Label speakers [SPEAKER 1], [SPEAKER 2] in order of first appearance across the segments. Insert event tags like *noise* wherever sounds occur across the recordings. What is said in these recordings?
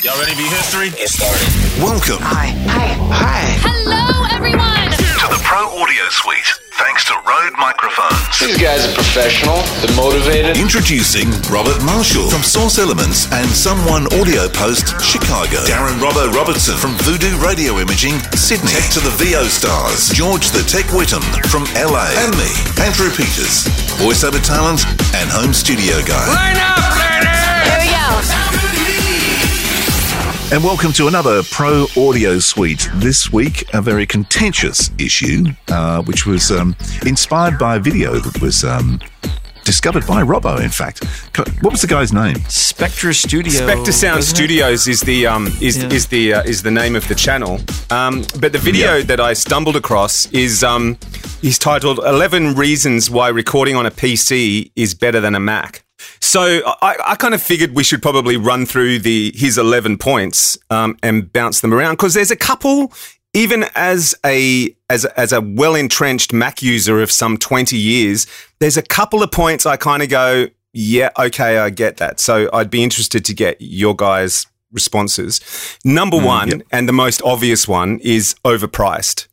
[SPEAKER 1] Y'all ready to be history?
[SPEAKER 2] Get started.
[SPEAKER 3] Welcome
[SPEAKER 4] Hi. Hi. Hi.
[SPEAKER 5] Hello, everyone.
[SPEAKER 6] to the Pro Audio Suite, thanks to Rode Microphones.
[SPEAKER 7] These guys are professional. They're motivated.
[SPEAKER 3] Introducing Robert Marshall from Source Elements and Someone Audio Post Chicago. Darren Robbo Robertson from Voodoo Radio Imaging Sydney. Tech to the VO Stars. George the Tech Whittam from LA. And me, Andrew Peters, voiceover talent and home studio guy.
[SPEAKER 5] Here we go.
[SPEAKER 3] And welcome to another Pro Audio Suite. This week, a very contentious issue, uh, which was um, inspired by a video that was. Um, Discovered by Robbo, in fact. Co- What was the guy's name?
[SPEAKER 8] Spectra Studio.
[SPEAKER 9] Spectre Sound
[SPEAKER 8] wasn't it?
[SPEAKER 9] Studios is the um, is
[SPEAKER 8] Yeah.
[SPEAKER 9] is the uh, is the name of the channel. Um, but the video
[SPEAKER 3] Yeah.
[SPEAKER 9] that I stumbled across is um, is titled "11 Reasons Why Recording on a PC is Better Than a Mac." So I, I kind of figured we should probably run through the his 11 points um, and bounce them around because there's a couple. Even as a as a- as a well entrenched Mac user of some 20 years, there's a couple of points I kind of go, yeah, okay, I get that. So I'd be interested to get your guys' responses. Number one, and the most obvious one, is overpriced.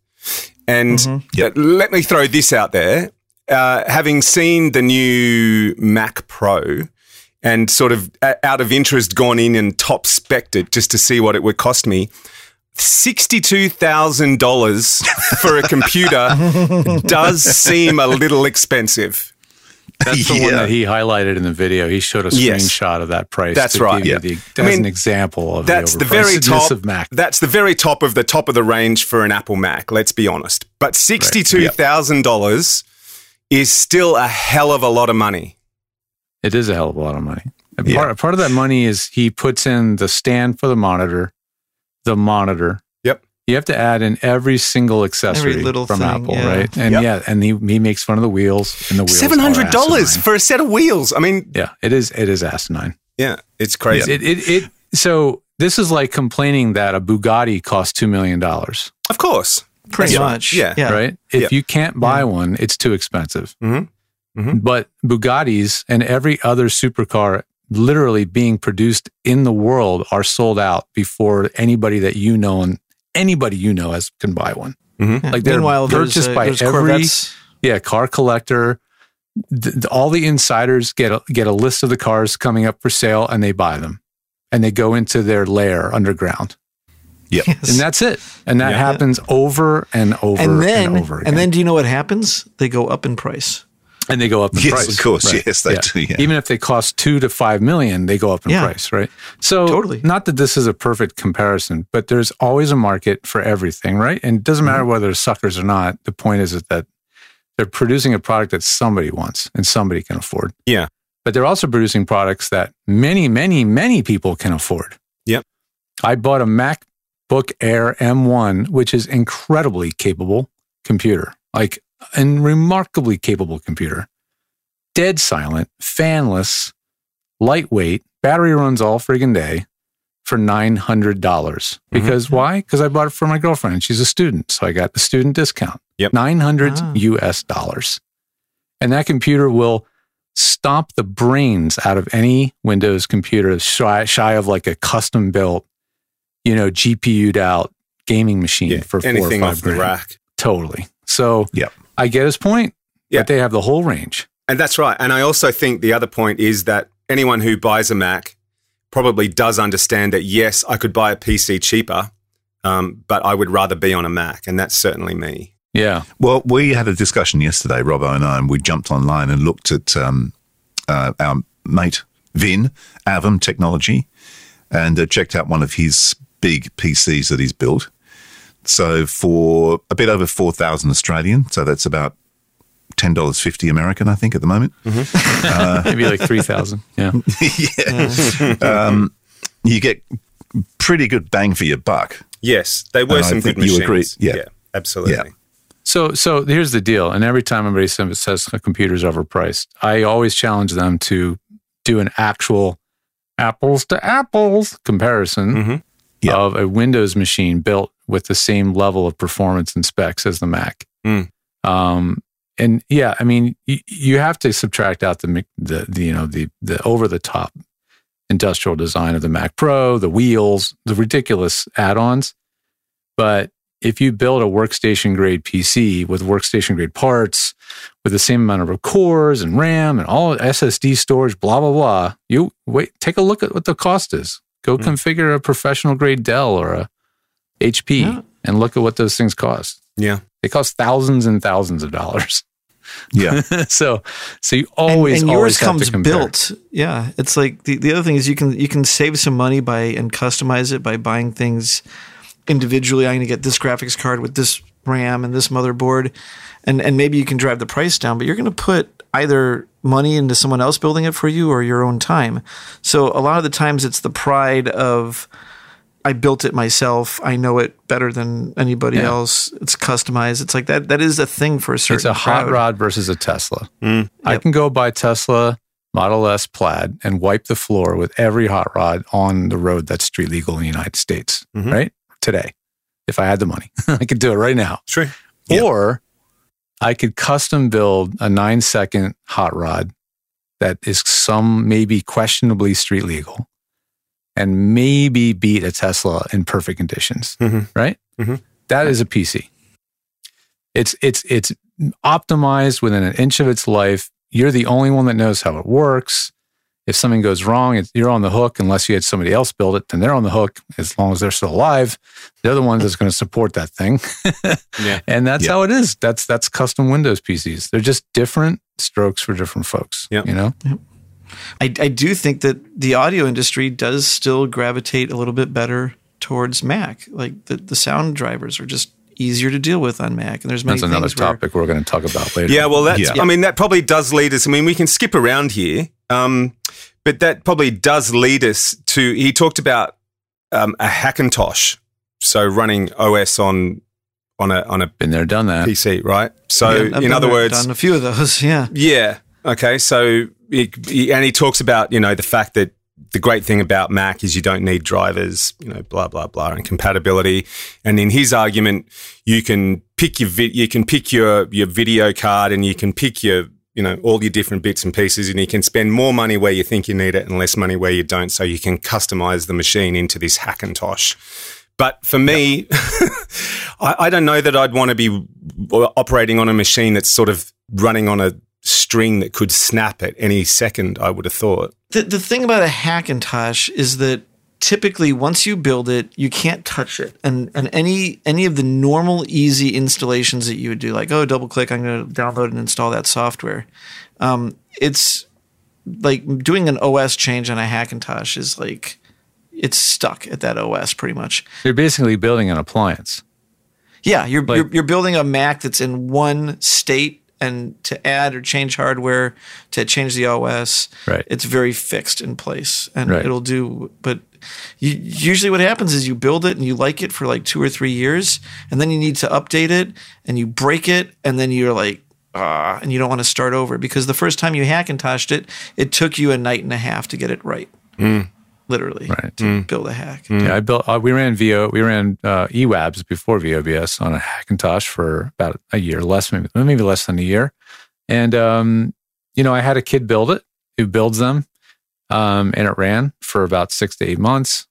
[SPEAKER 9] And uh, let me throw this out there. Uh, having seen the new Mac Pro and sort of uh, out of interest gone in and top spec'd it just to see what it would cost me, $62,000 for a computer does seem a little expensive.
[SPEAKER 8] That's the one
[SPEAKER 3] *laughs* Yeah.
[SPEAKER 8] that he highlighted in the video. He showed a
[SPEAKER 9] Yes.
[SPEAKER 8] screenshot of that price.
[SPEAKER 9] That's
[SPEAKER 8] to
[SPEAKER 9] right.
[SPEAKER 8] give you
[SPEAKER 9] Yeah.
[SPEAKER 8] the-
[SPEAKER 9] I
[SPEAKER 8] as
[SPEAKER 9] mean,
[SPEAKER 8] an example of
[SPEAKER 9] That's the very
[SPEAKER 8] overpricedness
[SPEAKER 9] top
[SPEAKER 8] of Mac.
[SPEAKER 9] That's the very top of the top of the range for an Apple Mac. Let's be honest. But sixty-two thousand dollars is still a hell of a lot of money.
[SPEAKER 8] it is a hell of a lot of money. And part, part of that money is he puts in the stand for the monitor, the monitor.
[SPEAKER 9] Yep.
[SPEAKER 8] You have to add in every single accessory
[SPEAKER 4] little
[SPEAKER 8] from
[SPEAKER 4] thing,
[SPEAKER 8] Apple,
[SPEAKER 4] yeah.
[SPEAKER 8] right? And
[SPEAKER 9] Yep.
[SPEAKER 8] yeah, and he, he makes fun of the wheels and the wheels. are
[SPEAKER 9] Seven hundred dollars
[SPEAKER 8] asinine.
[SPEAKER 9] for a set of wheels. I mean,
[SPEAKER 8] Yeah, it is. It is asinine.
[SPEAKER 9] yeah, it's crazy.
[SPEAKER 8] It, it, it, so this is like complaining that a Bugatti costs two million dollars.
[SPEAKER 9] Of course.
[SPEAKER 4] Pretty much.
[SPEAKER 9] Yeah.
[SPEAKER 4] Yeah. Mm-hmm.
[SPEAKER 8] right? If
[SPEAKER 9] Yeah.
[SPEAKER 8] you can't buy one, it's too expensive.
[SPEAKER 9] Mhm.
[SPEAKER 8] But Bugattis and every other supercar literally being produced in the world are sold out before anybody that you know and anybody you know has can buy one.
[SPEAKER 4] Yeah.
[SPEAKER 8] Like they're
[SPEAKER 4] Meanwhile, there's,
[SPEAKER 8] purchased
[SPEAKER 4] uh,
[SPEAKER 8] by
[SPEAKER 4] there's
[SPEAKER 8] every-
[SPEAKER 4] Corvettes.
[SPEAKER 8] Yeah, car collector. Th- th- all the insiders get a, get a list of the cars coming up for sale and they buy them and they go into their lair underground
[SPEAKER 4] Yes.
[SPEAKER 8] *laughs* and that's it and that happens over and over and,
[SPEAKER 4] and then, and,
[SPEAKER 8] over again.
[SPEAKER 4] then, do you know what happens? They go up in price.
[SPEAKER 8] and they go up in
[SPEAKER 3] Yes,
[SPEAKER 8] price.
[SPEAKER 3] of course. Yes, they do, yeah.
[SPEAKER 8] Even if they cost two to five million, they go up in
[SPEAKER 4] Yeah.
[SPEAKER 8] price, right? So,
[SPEAKER 4] Totally.
[SPEAKER 8] Not that this is a perfect comparison, but there's always a market for everything, right? And it doesn't matter
[SPEAKER 9] Mm-hmm.
[SPEAKER 8] whether they're suckers or not. The point is that they're producing a product that somebody wants and somebody can afford.
[SPEAKER 9] Yeah.
[SPEAKER 8] But they're also producing products that many, many, many people can afford.
[SPEAKER 9] Yep.
[SPEAKER 8] I bought a MacBook Air M1, which is incredibly capable computer, like a remarkably capable computer. Dead silent, fanless, lightweight, battery runs all friggin' day for nine hundred dollars.
[SPEAKER 9] Mm-hmm.
[SPEAKER 8] Because why? Because I bought it for my girlfriend. and She's a student, so I got the student discount.
[SPEAKER 9] Yep.
[SPEAKER 8] nine hundred
[SPEAKER 4] Ah.
[SPEAKER 8] U.S. dollars, and that computer will stomp the brains out of any Windows computer shy, shy of like a custom built, you know, GPU'd out gaming machine
[SPEAKER 9] Yeah,
[SPEAKER 8] for four
[SPEAKER 9] anything
[SPEAKER 8] or five
[SPEAKER 9] off the
[SPEAKER 8] grand.
[SPEAKER 9] rack.
[SPEAKER 8] Totally. So
[SPEAKER 3] Yep.
[SPEAKER 8] I get his point.
[SPEAKER 9] Yeah.
[SPEAKER 8] But they have the whole range.
[SPEAKER 9] And that's right. And I also think the other point is that anyone who buys a Mac probably does understand that yes, I could buy a PC cheaper, um, but I would rather be on a Mac, and that's certainly me.
[SPEAKER 8] Yeah.
[SPEAKER 3] Well, we had a discussion yesterday, Robbo and I, and we jumped online and looked at um, uh, our mate Vin Avum Technology, and uh, checked out one of his big PCs that he's built. So for a bit over four thousand Australian, so that's about ten dollars fifty American, I think, at the moment. *laughs*
[SPEAKER 8] Maybe like 3,000. *laughs* Yeah. *laughs*
[SPEAKER 3] Um, You get pretty good bang for your buck.
[SPEAKER 9] Yes, they were
[SPEAKER 3] And I
[SPEAKER 9] some
[SPEAKER 3] think
[SPEAKER 9] good machines.
[SPEAKER 3] you agree. Yeah.
[SPEAKER 9] absolutely.
[SPEAKER 3] Yeah.
[SPEAKER 8] So, so here's the deal. And every time anybody says says a computer's overpriced, I always challenge them to do an actual apples to apples comparison
[SPEAKER 3] Mm-hmm.
[SPEAKER 9] Mhm.
[SPEAKER 3] Yeah.
[SPEAKER 8] of a Windows machine built with the same level of performance and specs as the Mac.
[SPEAKER 9] Mm.
[SPEAKER 8] Um, and yeah, I mean, you, you have to subtract out the, mi- the, the you know the the over the top industrial design of the Mac Pro, the wheels, the ridiculous add ons. But if you build a workstation grade PC with workstation grade parts, with the same amount of cores and RAM and all SSD storage, blah, blah, blah, you wait, take a look at what the cost is. Go
[SPEAKER 4] Hmm.
[SPEAKER 9] Mm.
[SPEAKER 8] configure a professional grade Dell or a HP
[SPEAKER 4] Yeah.
[SPEAKER 8] and look at what those things cost.
[SPEAKER 9] Yeah.
[SPEAKER 8] They cost thousands and thousands of dollars. *laughs*
[SPEAKER 3] Yeah.
[SPEAKER 8] so, so you
[SPEAKER 4] And-
[SPEAKER 8] always
[SPEAKER 4] and,
[SPEAKER 8] always
[SPEAKER 4] yours
[SPEAKER 8] have to
[SPEAKER 4] comes
[SPEAKER 8] compare.
[SPEAKER 4] built. Yeah, it's like the, the other thing is you can you can save some money by and customize it by buying things individually. I'm going to get this graphics card with this RAM and this motherboard, and and maybe you can drive the price down. But you're going to put either money into someone else building it for you or your own time. So a lot of the times it's the pride of I built it myself. I know it better than anybody
[SPEAKER 8] Yeah.
[SPEAKER 4] else. It's customized. It's like that. That is a thing for a certain.
[SPEAKER 8] It's a hot
[SPEAKER 4] crowd.
[SPEAKER 8] rod versus a Tesla.
[SPEAKER 9] Mm.
[SPEAKER 8] I
[SPEAKER 4] Yep.
[SPEAKER 8] can go buy Tesla Model S Plaid and wipe the floor with every hot rod on the road that's street legal in the United States,
[SPEAKER 4] Mm-hmm.
[SPEAKER 9] Mhm.
[SPEAKER 8] right? Today, if I had the money, *laughs* I could do it right now.
[SPEAKER 9] Sure.
[SPEAKER 3] Yeah.
[SPEAKER 8] Or I could custom build a nine second hot rod that is some maybe questionably street legal and maybe beat a Tesla in perfect conditions,
[SPEAKER 9] Mhm.
[SPEAKER 8] right?
[SPEAKER 9] Mhm.
[SPEAKER 8] That is a PC. It's, it's, it's optimized within an inch of its life. You're the only one that knows how it works. If something goes wrong, it's- you're on the hook. Unless you had somebody else build it, then they're on the hook as long as they're still alive. They're the ones that's going to support that thing.
[SPEAKER 9] Yeah.
[SPEAKER 8] And that's
[SPEAKER 3] Yeah.
[SPEAKER 8] how it is. That's that's custom Windows PCs. They're just different strokes for different folks.
[SPEAKER 9] Yep.
[SPEAKER 8] You know?
[SPEAKER 4] I, I do think that the audio industry does still gravitate a little bit better towards Mac. Like the, the sound drivers are just easier to deal with on Mac, and there's many
[SPEAKER 8] That's another
[SPEAKER 4] things where-
[SPEAKER 8] topic we're going to talk about later.
[SPEAKER 9] Yeah, well, that's.
[SPEAKER 3] Yeah.
[SPEAKER 9] I mean, that probably does lead us. I mean, we can skip around here, um, but that probably does lead us to. He talked about um, a Hackintosh, so running OS on on a on a
[SPEAKER 8] Been there, done that.
[SPEAKER 9] PC, right? So,
[SPEAKER 4] Yeah, I've
[SPEAKER 9] in
[SPEAKER 4] done
[SPEAKER 9] other
[SPEAKER 4] it-
[SPEAKER 9] words,
[SPEAKER 4] done a few of those. *laughs* Yeah,
[SPEAKER 9] yeah. Okay. So, he, he- and he talks about, you know, the fact that the great thing about Mac is you don't need drivers, you know, blah, blah, blah, and compatibility. And in his argument, you can pick your, vi- you can pick your, your video card and you can pick your, you know, all your different bits and pieces and you can spend more money where you think you need it and less money where you don't. So you can customize the machine into this Hackintosh. But for me, *laughs* I, I don't know that I'd want to be operating on a machine that's sort of running on a string that could snap at any second. I would have thought.
[SPEAKER 4] the the thing about a Hackintosh is that typically once you build it, you can't touch it, and and any any of the normal easy installations that you would do, like oh double click, I'm going to download and install that software. Um, it's like doing an OS change on a Hackintosh is like it's stuck at that OS pretty much.
[SPEAKER 8] You're basically building an appliance.
[SPEAKER 4] Yeah, you're,
[SPEAKER 8] Like-
[SPEAKER 4] you're you're building a Mac that's in one state, and to add or change hardware, to change the OS,
[SPEAKER 8] Right.
[SPEAKER 4] It's very fixed in place, and
[SPEAKER 8] Right.
[SPEAKER 4] it'll do. But you, usually, what happens is you build it and you like it for like two or three years, and then you need to update it, and you break it, and then you're like. Ah, and you don't want to start over because the first time you hackintoshed it, it took you a night and a half to get it right. Literally,
[SPEAKER 8] Hmm. Right. Hmm.
[SPEAKER 4] to build a hack.
[SPEAKER 9] Hmm.
[SPEAKER 8] Yeah, I built. Uh, we ran VO. We ran uh, EWABs before VOBS on a Hackintosh for about a year, less maybe, maybe less than a year. And um, you know, I had a kid build it who builds them, um, and it ran for about six to eight months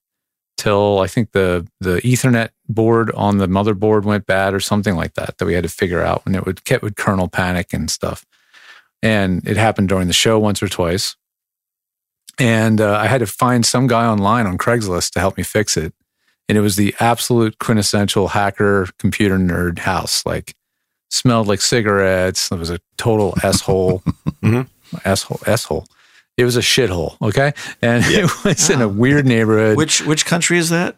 [SPEAKER 8] till I think the the Ethernet board on the motherboard went bad or something like that that we had to figure out, and it would it would kernel panic and stuff. And it happened during the show once or twice and uh, I had to find some guy online on Craigslist to help me fix it. And it was the absolute quintessential hacker computer nerd house. Like, smelled like cigarettes. It was a total s hole,
[SPEAKER 9] Mhm.
[SPEAKER 8] s hole, s hole. It was a shithole. Okay, and *laughs* it was in a weird neighborhood,
[SPEAKER 4] Which which country is that?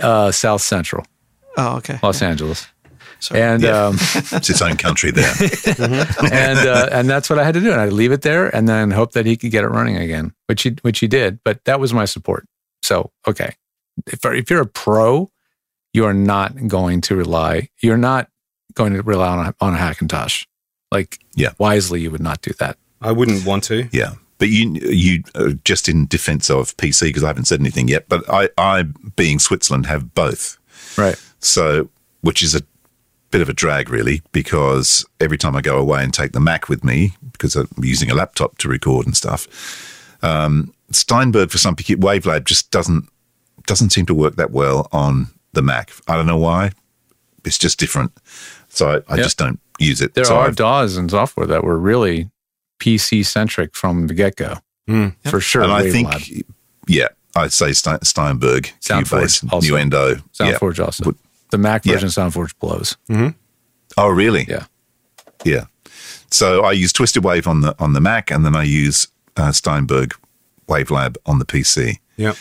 [SPEAKER 8] uh, South Central,
[SPEAKER 4] Oh, okay.
[SPEAKER 8] Los Angeles.
[SPEAKER 4] Sorry.
[SPEAKER 8] And
[SPEAKER 3] Yeah. *laughs*
[SPEAKER 8] um,
[SPEAKER 3] It's its own country there.
[SPEAKER 8] and uh, and that's what I had to do. And I'd leave it there and then hope that he could get it running again, which he which he did. But that was my support. So okay, if if you're a pro, you are not going to rely. You're not going to rely on a, on a Hackintosh. Like
[SPEAKER 3] Yeah.
[SPEAKER 8] wisely, you would not do that.
[SPEAKER 9] I wouldn't want to.
[SPEAKER 3] Yeah, but you you uh, just in defence of PC because I haven't said anything yet. But I I being Switzerland have both,
[SPEAKER 8] Right.
[SPEAKER 3] so which is a bit of a drag really because every time I go away and take the Mac with me because I'm using a laptop to record and stuff. Um, Steinberg for some people, WaveLab just doesn't doesn't seem to work that well on the Mac. I don't know why. It's just different, so I, I
[SPEAKER 8] Yeah.
[SPEAKER 3] just don't use it.
[SPEAKER 8] There
[SPEAKER 3] so
[SPEAKER 8] are
[SPEAKER 3] I've-
[SPEAKER 8] DAWs and software that were really PC centric from the get go,
[SPEAKER 9] Mm.
[SPEAKER 8] for sure.
[SPEAKER 3] and I
[SPEAKER 8] Wave
[SPEAKER 3] think,
[SPEAKER 8] Lab.
[SPEAKER 3] yeah, I'd say Stein- Steinberg,
[SPEAKER 8] Soundforge
[SPEAKER 3] Cubase,
[SPEAKER 8] also.
[SPEAKER 3] Nuendo. Yeah.
[SPEAKER 8] SoundForge also.
[SPEAKER 3] Would-
[SPEAKER 8] the Mac
[SPEAKER 3] Yeah.
[SPEAKER 8] version of SoundForge blows.
[SPEAKER 3] Oh, really?
[SPEAKER 8] Yeah.
[SPEAKER 3] Yeah. So I use Twisted Wave on the on the Mac, and then I use uh, Steinberg WaveLab on the PC.
[SPEAKER 9] Yeah.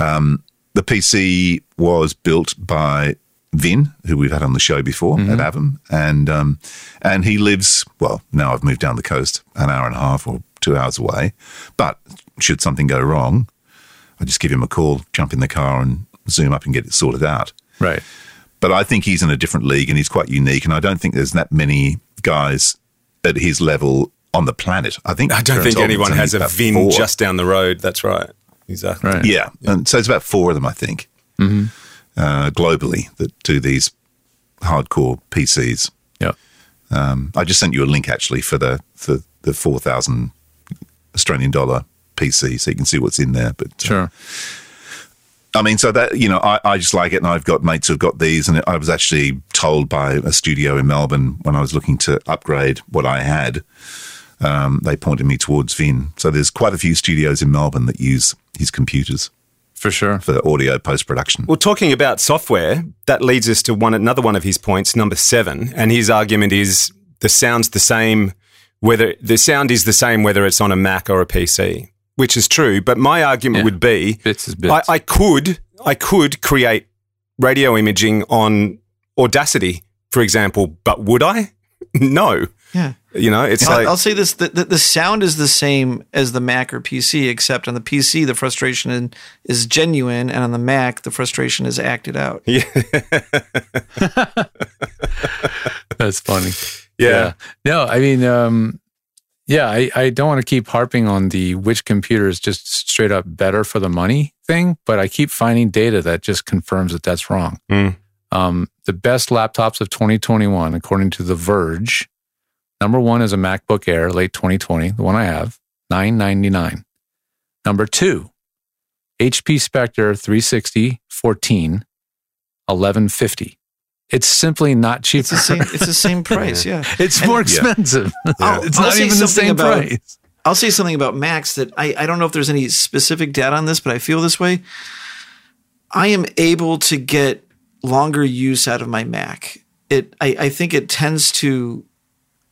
[SPEAKER 3] The PC was built by Vin, who we've had on the show before
[SPEAKER 9] Mm-hmm.
[SPEAKER 3] at Avon, and um, and he lives well. Now I've moved down the coast, an hour and a half or two hours away. But should something go wrong, I just give him a call, jump in the car, and zoom up and get it sorted out
[SPEAKER 8] Right.
[SPEAKER 3] but I think he's in a different league and he's quite unique. And I don't think there's that many guys at his level on the planet. I think
[SPEAKER 9] I don't
[SPEAKER 3] Terence
[SPEAKER 9] think
[SPEAKER 3] Oliver's
[SPEAKER 9] anyone
[SPEAKER 3] only
[SPEAKER 9] has a
[SPEAKER 3] about
[SPEAKER 9] VIN
[SPEAKER 3] four.
[SPEAKER 9] just down the road. That's right. Exactly.
[SPEAKER 8] Right.
[SPEAKER 3] yeah. and so it's about four of them, I think, uh, globally that do these hardcore PCs.
[SPEAKER 8] Yeah.
[SPEAKER 3] Um, I just sent you a link actually for the for the four thousand Australian dollar PC, so you can see what's in there. But uh,
[SPEAKER 8] Sure.
[SPEAKER 3] I mean, so that you know, I, I just like it, and I've got mates who've got these, and I was actually told by a studio in Melbourne when I was looking to upgrade what I had, um, they pointed me towards Vin. So there's quite a few studios in Melbourne that use his computers
[SPEAKER 8] For sure.
[SPEAKER 3] for audio post production.
[SPEAKER 9] Well, talking about software, that leads us to one another one of his points, number seven, and his argument is the sound's the same whether the sound is the same whether it's on a Mac or a PC, which is true. But my argument
[SPEAKER 8] Yeah.
[SPEAKER 9] would be
[SPEAKER 8] Bits is bits.
[SPEAKER 9] I, I could I could create radio imaging on Audacity, for example, but would I? *laughs* no.
[SPEAKER 4] Yeah.
[SPEAKER 9] You know, it's
[SPEAKER 4] I'll-
[SPEAKER 9] like
[SPEAKER 4] I'll, say this: the, the, the sound is the same as the Mac or PC, except on the PC the frustration in- is genuine, and on the Mac the frustration is acted out.
[SPEAKER 8] *laughs* That's funny.
[SPEAKER 9] yeah.
[SPEAKER 8] No, I mean, um, yeah, I, I don't want to keep harping on the which computer is just straight up better for the money thing, but I keep finding data that just confirms that that's wrong.
[SPEAKER 9] Mm.
[SPEAKER 8] Um, the best laptops of 2021, according to The Verge, number one is a MacBook Air late 2020, the one I have, 999. Number two, HP Spectre 360 14, 1150. It's simply not cheaper.
[SPEAKER 4] It's the same. It's the
[SPEAKER 9] *laughs*
[SPEAKER 4] same price. Yeah.
[SPEAKER 8] *laughs* It's
[SPEAKER 4] And-
[SPEAKER 8] more
[SPEAKER 4] *laughs*
[SPEAKER 8] expensive.
[SPEAKER 4] I'll-
[SPEAKER 8] Oh, it's
[SPEAKER 4] I'll
[SPEAKER 8] not
[SPEAKER 4] say
[SPEAKER 8] even the
[SPEAKER 4] something
[SPEAKER 8] same
[SPEAKER 4] about-
[SPEAKER 8] price.
[SPEAKER 4] I'll say something about Macs that I, I don't know if there's any specific data on this, but I feel this way. I am able to get longer use out of my Mac. It I, I think it tends to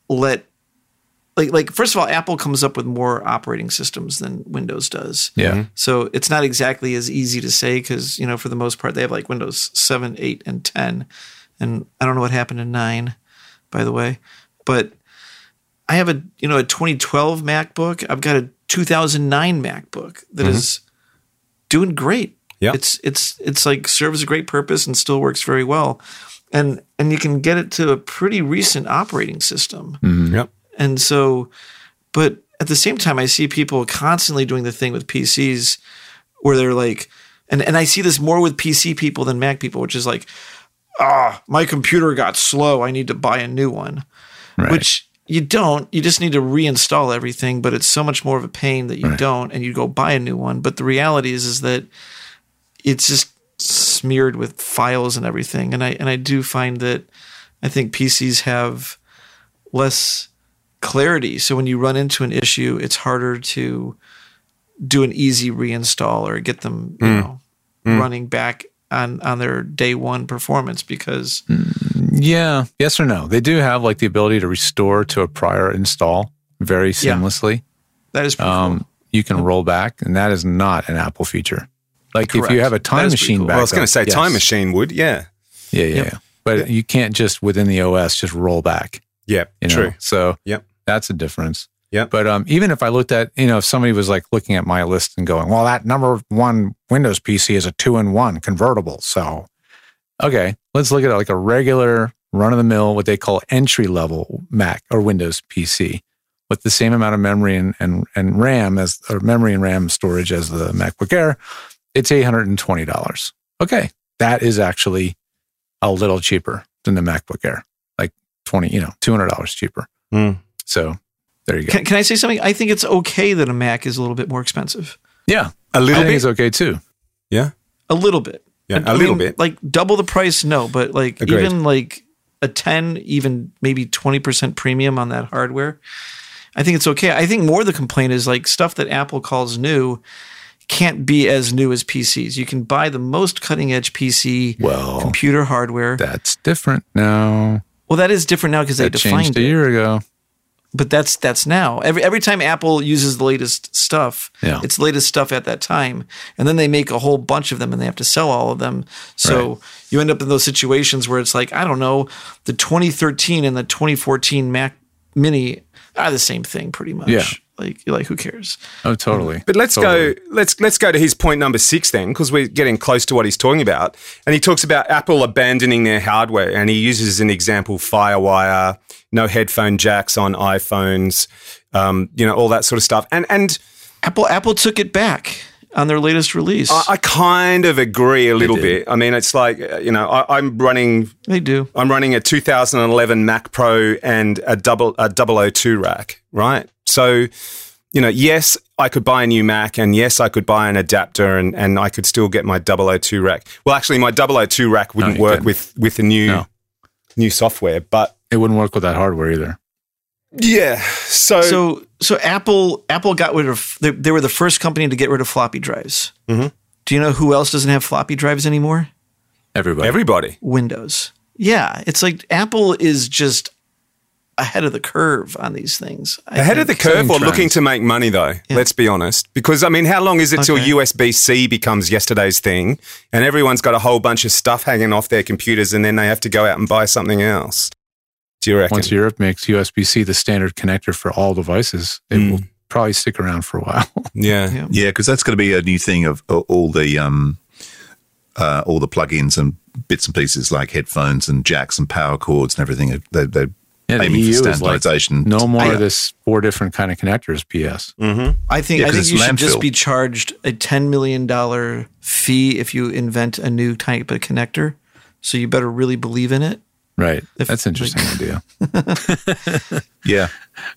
[SPEAKER 4] let like like first of all, Apple comes up with more operating systems than Windows does.
[SPEAKER 8] Yeah.
[SPEAKER 4] So it's not exactly as easy to say because, you know, for the most part, they have like Windows 7, 8, and 10. And I don't know what happened in 9, by the way. But I have a, you know, a 2012 MacBook. I've got a 2009 MacBook that is doing great.
[SPEAKER 9] Yeah.
[SPEAKER 4] It's, it's, it's like serves a great purpose and still works very well. And, and you can get it to a pretty recent operating system.
[SPEAKER 8] Mm.
[SPEAKER 9] Yep.
[SPEAKER 4] And so, but at the same time, I see people constantly doing the thing with PCs where they're like, and, and I see this more with PC people than Mac people, which is like, ah, my computer got slow. I need to buy a new one, which you don't. You just need to reinstall everything, but it's so much more of a pain that you don't, and you go buy a new one. But the reality is, is that it's just smeared with files and everything. And I and I do find that I think PCs have less clarity. So when you run into an issue, it's harder to do an easy reinstall or get them, you know, running back on on their day one performance because
[SPEAKER 8] Yeah. Yes or no? They do have like the ability to restore to a prior install very seamlessly.
[SPEAKER 4] that is pretty
[SPEAKER 8] Um,
[SPEAKER 4] cool.
[SPEAKER 8] You can roll back, and that is not an Apple feature. Like if
[SPEAKER 4] Correct.
[SPEAKER 8] you have a
[SPEAKER 4] That
[SPEAKER 8] time
[SPEAKER 4] is pretty
[SPEAKER 8] machine
[SPEAKER 4] cool.
[SPEAKER 8] back.
[SPEAKER 9] Well, I was going to say Time
[SPEAKER 8] machine.
[SPEAKER 9] Machine would, yeah.
[SPEAKER 8] Yeah, yeah,
[SPEAKER 4] Yep.
[SPEAKER 8] yeah. But you can't just within the OS just roll back.
[SPEAKER 9] Yeah,
[SPEAKER 8] You know?
[SPEAKER 9] true.
[SPEAKER 8] So
[SPEAKER 9] Yep.
[SPEAKER 8] that's a difference.
[SPEAKER 9] Yep.
[SPEAKER 8] But um, even if I looked at, you know, if somebody was like looking at my list and going, well, that number one Windows PC is a two in one convertible. So, okay, let's look at like a regular run of the mill, what they call entry level Mac or Windows PC with the same amount of memory and, and, and RAM as, or memory and RAM storage as the MacBook Air. It's $820. Okay. That is actually a little cheaper than the MacBook Air, like 20, you know, $200 cheaper.
[SPEAKER 9] Mm.
[SPEAKER 8] So there you go.
[SPEAKER 4] Can, can I say something? I think it's okay that a Mac is a little bit more expensive.
[SPEAKER 8] Yeah.
[SPEAKER 9] A little
[SPEAKER 8] I think
[SPEAKER 9] bit?
[SPEAKER 8] it's okay too.
[SPEAKER 9] Yeah.
[SPEAKER 4] a little bit.
[SPEAKER 9] Yeah,
[SPEAKER 4] I
[SPEAKER 9] a little
[SPEAKER 4] mean,
[SPEAKER 9] bit.
[SPEAKER 4] Like double the price, no, but like
[SPEAKER 9] Agreed.
[SPEAKER 4] even like a 10, even maybe 20% premium on that hardware. I think it's okay. I think more the complaint is like stuff that Apple calls new can't be as new as PCs. You can buy the most cutting edge PC
[SPEAKER 8] Well,
[SPEAKER 4] computer hardware.
[SPEAKER 8] That's different now.
[SPEAKER 4] well, that is different now because they
[SPEAKER 8] That
[SPEAKER 4] defined
[SPEAKER 8] changed a
[SPEAKER 4] it.
[SPEAKER 8] year ago.
[SPEAKER 4] But that's that's now. Every every time Apple uses the latest stuff,
[SPEAKER 8] Yeah.
[SPEAKER 4] it's latest stuff at that time. And then they make a whole bunch of them and they have to sell all of them. So you end up in those situations where it's like, I don't know, the 2013 and the 2014 Mac Mini are the same thing pretty much.
[SPEAKER 8] Yeah.
[SPEAKER 4] Like you're like who cares?
[SPEAKER 8] Oh, totally.
[SPEAKER 9] But let's
[SPEAKER 8] Totally.
[SPEAKER 9] go. Let's let's go to his point number six then, because we're getting close to what he's talking about. And he talks about Apple abandoning their hardware, and he uses as an example FireWire, no headphone jacks on iPhones, um, you know, all that sort of stuff. And and
[SPEAKER 4] Apple Apple took it back on their latest release.
[SPEAKER 9] Uh, I, I kind of agree a little bit. I mean, it's like uh, you know, I, I'm running
[SPEAKER 4] they do.
[SPEAKER 9] I'm running a 2011 Mac Pro and a double a 002 rack, right? So, you know, yes, I could buy a new Mac and yes, I could buy an adapter and, and I could still get my 002 rack. Well, actually my 002 rack wouldn't
[SPEAKER 8] you
[SPEAKER 9] work
[SPEAKER 8] couldn't.
[SPEAKER 9] with with the new
[SPEAKER 8] No.
[SPEAKER 9] new software, but
[SPEAKER 8] It wouldn't work with that hardware either.
[SPEAKER 9] yeah. So,
[SPEAKER 4] so so Apple Apple got rid of they, they were the first company to get rid of floppy drives.
[SPEAKER 9] Mhm.
[SPEAKER 4] Do you know who else doesn't have floppy drives anymore?
[SPEAKER 8] Everybody.
[SPEAKER 9] everybody.
[SPEAKER 4] Windows. Yeah, it's like Apple is just ahead of the curve on these things. I
[SPEAKER 9] Ahead of the
[SPEAKER 4] think.
[SPEAKER 9] curve or
[SPEAKER 8] trends.
[SPEAKER 9] looking to make money though, let's be honest. Because I mean, how long is it till
[SPEAKER 4] Okay.
[SPEAKER 9] USB C becomes yesterday's thing and everyone's got a whole bunch of stuff hanging off their computers and then they have to go out and buy something else? Do you reckon?
[SPEAKER 8] Once Europe makes USB C the standard connector for all devices, it will probably stick around for a while. *laughs*
[SPEAKER 9] yeah.
[SPEAKER 4] Yeah.
[SPEAKER 3] Yeah, because that's going to be a new thing of uh, all the um, uh, all the plugins and bits and pieces like headphones and jacks and power cords and everything. They, they're
[SPEAKER 8] Yeah, the
[SPEAKER 3] aiming
[SPEAKER 8] EU
[SPEAKER 3] for
[SPEAKER 8] is like,
[SPEAKER 3] standardization.
[SPEAKER 8] no more
[SPEAKER 4] Yeah.
[SPEAKER 8] of this four different kind of connectors BS.
[SPEAKER 9] Mm-hmm.
[SPEAKER 4] I think
[SPEAKER 3] Yeah,
[SPEAKER 4] I
[SPEAKER 3] 'cause
[SPEAKER 4] think
[SPEAKER 3] it's
[SPEAKER 4] you should just
[SPEAKER 3] landfill.
[SPEAKER 4] be charged a ten million dollar fee if you invent a new type of connector. So you better really believe in it.
[SPEAKER 8] Right.
[SPEAKER 4] If-
[SPEAKER 8] That's an interesting idea.
[SPEAKER 3] Yeah,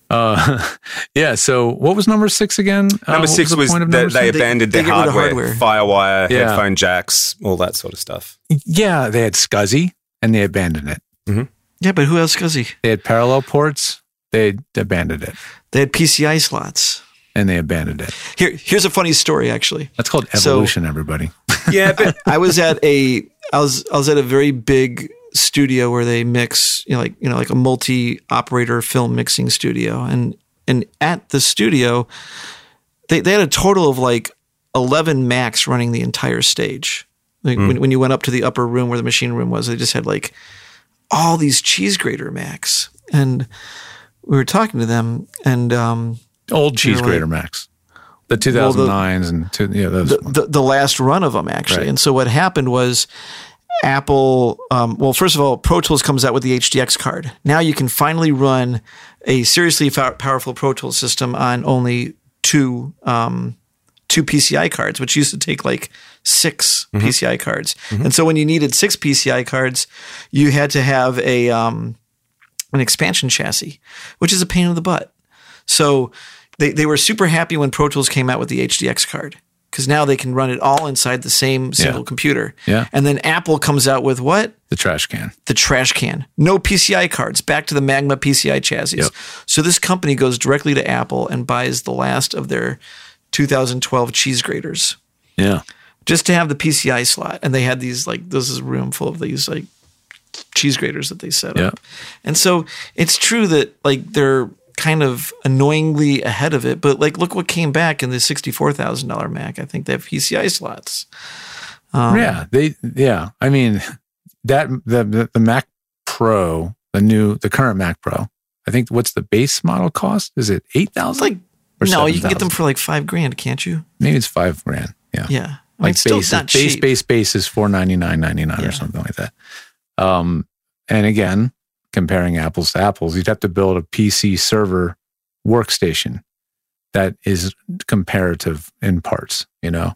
[SPEAKER 8] Uh, *laughs* yeah. So what was number six again? Uh,
[SPEAKER 9] Number
[SPEAKER 8] what
[SPEAKER 9] six
[SPEAKER 8] the
[SPEAKER 9] was,
[SPEAKER 8] point of
[SPEAKER 9] that
[SPEAKER 8] number
[SPEAKER 9] they
[SPEAKER 8] six?
[SPEAKER 9] abandoned
[SPEAKER 4] they
[SPEAKER 9] their
[SPEAKER 4] get rid of
[SPEAKER 9] hardware, firewire,
[SPEAKER 8] Yeah.
[SPEAKER 9] headphone jacks, all that sort of stuff.
[SPEAKER 8] yeah, they had SCSI and they abandoned it.
[SPEAKER 4] Yeah, but who else does he?
[SPEAKER 8] They had parallel ports. They abandoned it
[SPEAKER 4] They had PCI slots.
[SPEAKER 8] and they abandoned it.
[SPEAKER 4] Here, here's a funny story actually.
[SPEAKER 8] That's called
[SPEAKER 4] So-
[SPEAKER 8] evolution, everybody.
[SPEAKER 9] Yeah, but
[SPEAKER 4] I was at a I was I was at a very big studio where they mix you know like you know like a multi operator film mixing studio and and at the studio they they had a total of like 11 Macs running the entire stage. Like when, when you went up to the upper room where the machine room was, they just had like all these cheese grater Macs. And we were talking to them and um,
[SPEAKER 8] Old cheese
[SPEAKER 4] You're like-
[SPEAKER 8] grater Max. The 2009s and two, yeah, those ones.
[SPEAKER 4] the, the last run of them actually. And so what happened was Apple. Um, well, first of all, Pro Tools comes out with the HDX card. Now you can finally run a seriously fa- powerful Pro Tools system on only two um, two PCI cards, which used to take like 6 PCI cards. And so when you needed six PCI cards, you had to have a um, an expansion chassis, which is a pain in the butt. So they, they were super happy when Pro Tools came out with the HDX card because now they can run it all inside the same single computer.
[SPEAKER 8] Yeah.
[SPEAKER 4] And then Apple comes out with what?
[SPEAKER 8] the trash can.
[SPEAKER 4] The trash can. No PCI cards, back to the Magma PCI chassis.
[SPEAKER 8] Yep.
[SPEAKER 4] So this company goes directly to Apple and buys the last of their 2012 cheese graters
[SPEAKER 8] Yeah.
[SPEAKER 4] just to have the PCI slot. And they had these like this is a room full of these like cheese graters that they set
[SPEAKER 8] Yeah.
[SPEAKER 4] up. And so it's true that like they're kind of annoyingly ahead of it, but like look what came back in the sixty four thousand dollar Mac. I think they have PCI slots. Um,
[SPEAKER 9] Um,
[SPEAKER 8] yeah. They, yeah. I mean, that, the, the, the Mac Pro, the new, the current Mac Pro, I think what's the base model cost? Is it 8,000?
[SPEAKER 4] It's like
[SPEAKER 8] Or
[SPEAKER 4] no, you can
[SPEAKER 8] 7,000.
[SPEAKER 4] get them for like five grand, can't you?
[SPEAKER 8] Maybe it's five grand. Yeah.
[SPEAKER 4] Yeah. I mean,
[SPEAKER 8] like
[SPEAKER 4] it's still
[SPEAKER 8] base,
[SPEAKER 4] not
[SPEAKER 8] base,
[SPEAKER 4] cheap.
[SPEAKER 8] base, base is four ninety nine ninety nine
[SPEAKER 4] Yeah.
[SPEAKER 8] or something like that. Um, and again, comparing apples to apples, you'd have to build a PC server workstation that is comparative in parts. You know,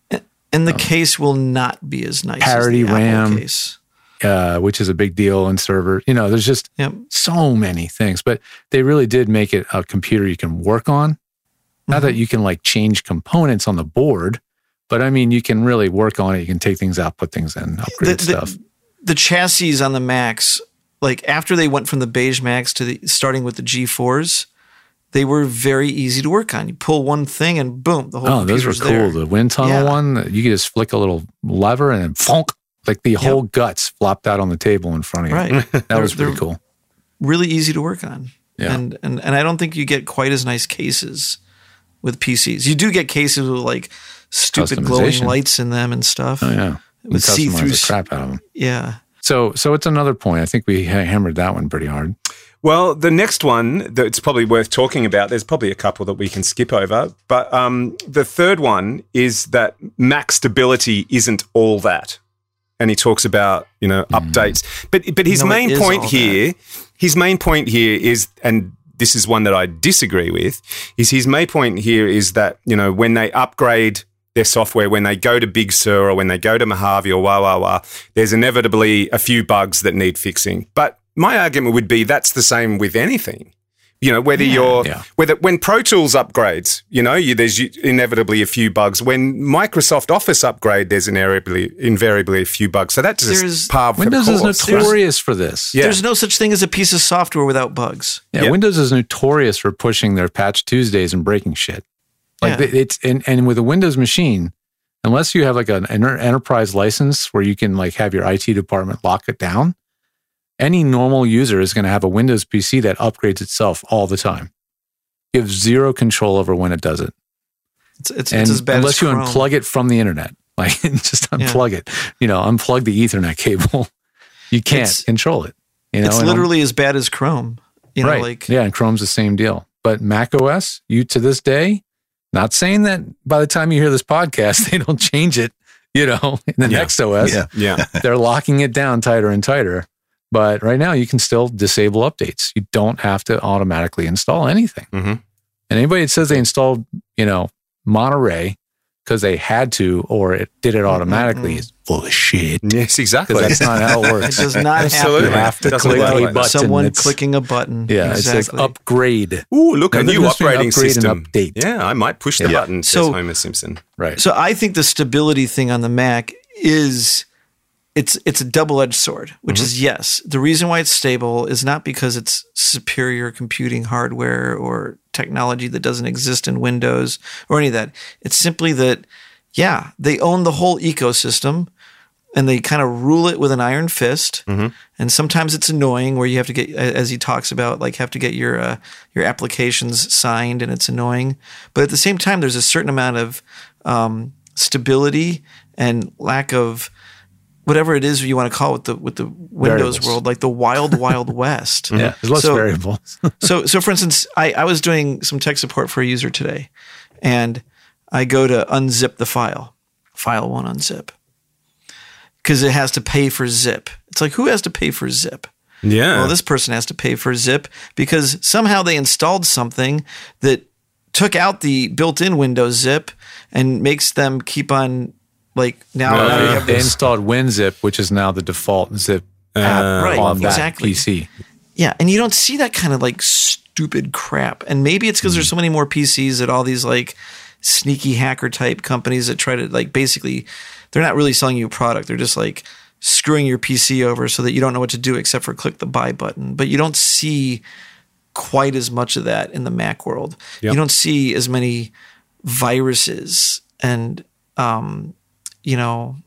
[SPEAKER 4] and the case will not be as nice.
[SPEAKER 8] um, Parity
[SPEAKER 4] as the Apple
[SPEAKER 8] RAM.
[SPEAKER 4] case.
[SPEAKER 8] uh, which is a big deal in server. You know, there's just
[SPEAKER 4] Yep.
[SPEAKER 8] so many things, but they really did make it a computer you can work on Not
[SPEAKER 4] Mm-hmm.
[SPEAKER 8] that you can like change components on the board, but I mean, you can really work on it. You can take things out, put things in, upgrade stuff.
[SPEAKER 4] the chassis on the Max, like after they went from the beige Max to the starting with the G4s, they were very easy to work on. You pull one thing and boom, the whole
[SPEAKER 8] Oh, those were cool.
[SPEAKER 4] computer's there.
[SPEAKER 8] The wind tunnel
[SPEAKER 4] Yeah.
[SPEAKER 8] one, you could just flick a little lever and then funk, like the whole guts flopped out on the table in front of you.
[SPEAKER 4] Right.
[SPEAKER 8] That was pretty
[SPEAKER 4] They're-
[SPEAKER 8] cool.
[SPEAKER 4] really easy to work on.
[SPEAKER 8] Yeah.
[SPEAKER 4] And, and and I don't think you get quite as nice cases with PCs. You do get cases with like stupid glowing
[SPEAKER 8] Customization.
[SPEAKER 4] lights in them and stuff.
[SPEAKER 8] Oh, yeah. You
[SPEAKER 4] With see
[SPEAKER 8] customize
[SPEAKER 4] through.
[SPEAKER 8] the crap out of them.
[SPEAKER 4] Yeah.
[SPEAKER 8] So, so it's another point. I think we ha- hammered that one pretty hard.
[SPEAKER 9] Well, the next one that's probably worth talking about, there's probably a couple that we can skip over, but um, the third one is that Mac stability isn't all that. And he talks about, you know, updates. But but his
[SPEAKER 4] Hmm. No, it
[SPEAKER 9] main
[SPEAKER 4] is
[SPEAKER 9] point
[SPEAKER 4] all
[SPEAKER 9] here, his main point here is and this is one that I disagree with, is his main point here is that, you know, when they upgrade their software, when they go to Big Sur or when they go to Mojave or wah wah wah, there's inevitably a few bugs that need fixing. But my argument would be that's the same with anything. You know, whether you're
[SPEAKER 8] Yeah.
[SPEAKER 9] whether when Pro Tools upgrades, you know, you, there's u- inevitably a few bugs. When Microsoft Office upgrade, there's invariably invariably a few bugs. So that's just
[SPEAKER 4] There's-
[SPEAKER 9] par for
[SPEAKER 8] Windows
[SPEAKER 9] the
[SPEAKER 8] is
[SPEAKER 9] course, right?
[SPEAKER 8] notorious for this.
[SPEAKER 9] Yeah.
[SPEAKER 4] There's no such thing as a piece of software without bugs.
[SPEAKER 8] Yeah,
[SPEAKER 9] Yeah.
[SPEAKER 8] Windows is notorious for pushing their patch Tuesdays and breaking shit. Like
[SPEAKER 4] Yeah.
[SPEAKER 8] th- it's and, and with a Windows machine, unless you have like an enter- enterprise license where you can like have your IT department lock it down, any normal user is going to have a Windows PC that upgrades itself all the time. You have zero control over when it does it,
[SPEAKER 4] It's it's,
[SPEAKER 8] and
[SPEAKER 4] it's as bad
[SPEAKER 8] unless
[SPEAKER 4] as
[SPEAKER 8] you
[SPEAKER 4] Chrome.
[SPEAKER 8] unplug it from the internet, *laughs* like just unplug it, you know, unplug the Ethernet cable, you can't
[SPEAKER 4] It's-
[SPEAKER 8] control it. You know,
[SPEAKER 4] it's
[SPEAKER 8] and I'm-
[SPEAKER 4] literally as bad as Chrome. You know, like
[SPEAKER 8] yeah, and Chrome's the same deal. But Mac OS, you to this day, not saying that by the time you hear this podcast, *laughs* they don't change it, you know, *laughs* in the
[SPEAKER 9] Yeah.
[SPEAKER 8] next OS.
[SPEAKER 3] Yeah.
[SPEAKER 9] Yeah.
[SPEAKER 8] *laughs* They're locking it down tighter and tighter. But right now you can still disable updates. You don't have to automatically install anything.
[SPEAKER 9] Mhm.
[SPEAKER 8] And anybody that says they installed, you know, Monterey because they had to or it did it automatically is full of shit.
[SPEAKER 9] yes, exactly.
[SPEAKER 8] Because that's not
[SPEAKER 4] *laughs*
[SPEAKER 8] how it
[SPEAKER 4] it
[SPEAKER 8] works.
[SPEAKER 4] does not
[SPEAKER 9] Absolutely.
[SPEAKER 8] You
[SPEAKER 4] happen.
[SPEAKER 8] have to
[SPEAKER 9] Doesn't
[SPEAKER 8] click
[SPEAKER 9] work
[SPEAKER 8] a
[SPEAKER 9] like that.
[SPEAKER 8] button.
[SPEAKER 4] Someone
[SPEAKER 8] that's-
[SPEAKER 4] clicking a button.
[SPEAKER 8] Yeah,
[SPEAKER 4] exactly.
[SPEAKER 8] it says upgrade.
[SPEAKER 9] Ooh, look,
[SPEAKER 8] No,
[SPEAKER 9] a
[SPEAKER 8] the
[SPEAKER 9] new
[SPEAKER 8] difference between
[SPEAKER 9] operating
[SPEAKER 8] upgrade and
[SPEAKER 9] system.
[SPEAKER 8] update.
[SPEAKER 9] Yeah, I might push the
[SPEAKER 8] Yeah.
[SPEAKER 9] button, says
[SPEAKER 4] So-
[SPEAKER 9] Homer Simpson.
[SPEAKER 8] Right.
[SPEAKER 4] So I think the stability thing on the Mac is it's it's a double-edged sword, which
[SPEAKER 8] Mm-hmm.
[SPEAKER 4] is yes, the reason why it's stable is not because it's superior computing hardware or technology that doesn't exist in Windows or any of that. It's simply that yeah, they own the whole ecosystem and they kind of rule it with an iron fist.
[SPEAKER 8] Mm-hmm.
[SPEAKER 4] And sometimes it's annoying where you have to get, a- as he talks about, like have to get your uh, your applications signed, and it's annoying. But at the same time, there's a certain amount of um, stability and lack of whatever it is you want to call it the with the Windows
[SPEAKER 8] Variables.
[SPEAKER 4] world, like the wild wild *laughs* west.
[SPEAKER 8] Yeah, there's less *laughs*
[SPEAKER 4] So-
[SPEAKER 8] variables.
[SPEAKER 4] so so for instance, I, I was doing some tech support for a user today, and I go to unzip the file. File won't unzip because it has to pay for zip. It's like who has to pay for zip?
[SPEAKER 9] Yeah.
[SPEAKER 4] Well, this person has to pay for zip because somehow they installed something that took out the built-in Windows zip and makes them keep on like now, now you have
[SPEAKER 9] Uh,
[SPEAKER 8] they
[SPEAKER 4] this
[SPEAKER 8] installed WinZip, which is now the default zip app
[SPEAKER 4] right,
[SPEAKER 8] on that
[SPEAKER 4] exactly.
[SPEAKER 8] PC.
[SPEAKER 4] Yeah, and you don't see that kind of like stupid crap. And maybe it's because there's so many more PCs that all these like sneaky hacker type companies that try to like basically they're not really selling you a product. They're just like screwing your PC over so that you don't know what to do except for click the buy button. But you don't see quite as much of that in the Mac world. You don't see as many viruses and um you know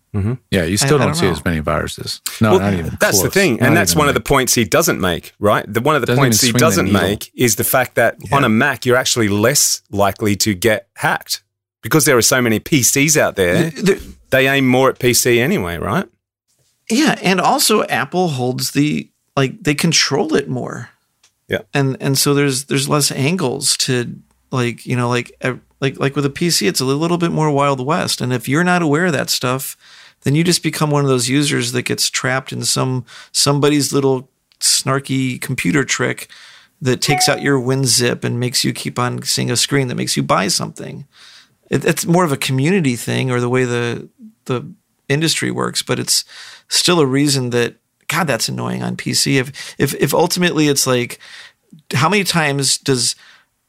[SPEAKER 8] Yeah, you still
[SPEAKER 4] I
[SPEAKER 8] don't
[SPEAKER 4] don't
[SPEAKER 8] see
[SPEAKER 4] know.
[SPEAKER 8] as many viruses. No,
[SPEAKER 9] Well,
[SPEAKER 8] not even.
[SPEAKER 9] that's the
[SPEAKER 8] close.
[SPEAKER 9] thing,
[SPEAKER 8] Not
[SPEAKER 9] and that's
[SPEAKER 8] even
[SPEAKER 9] one of
[SPEAKER 8] like-
[SPEAKER 9] the points he doesn't make. Right, the one of the
[SPEAKER 8] Doesn't
[SPEAKER 9] points
[SPEAKER 8] even
[SPEAKER 9] he
[SPEAKER 8] swing the
[SPEAKER 9] doesn't
[SPEAKER 8] needle.
[SPEAKER 9] make is the fact that on a Mac you're actually less likely to get hacked because there are so many PCs out there. they aim more at PC anyway, right?
[SPEAKER 4] Yeah, and also Apple holds the like they control it more.
[SPEAKER 9] Yeah.
[SPEAKER 4] And and so there's there's less angles to like, you know, like ev- like like with a PC it's a little bit more wild west and if you're not aware of that stuff, then you just become one of those users that gets trapped in some somebody's little snarky computer trick that takes out your WinZip and makes you keep on seeing a screen that makes you buy something it, it's more of a community thing or the way the the industry works, but it's still a reason that God, that's annoying on PC. If if if ultimately it's like, how many times does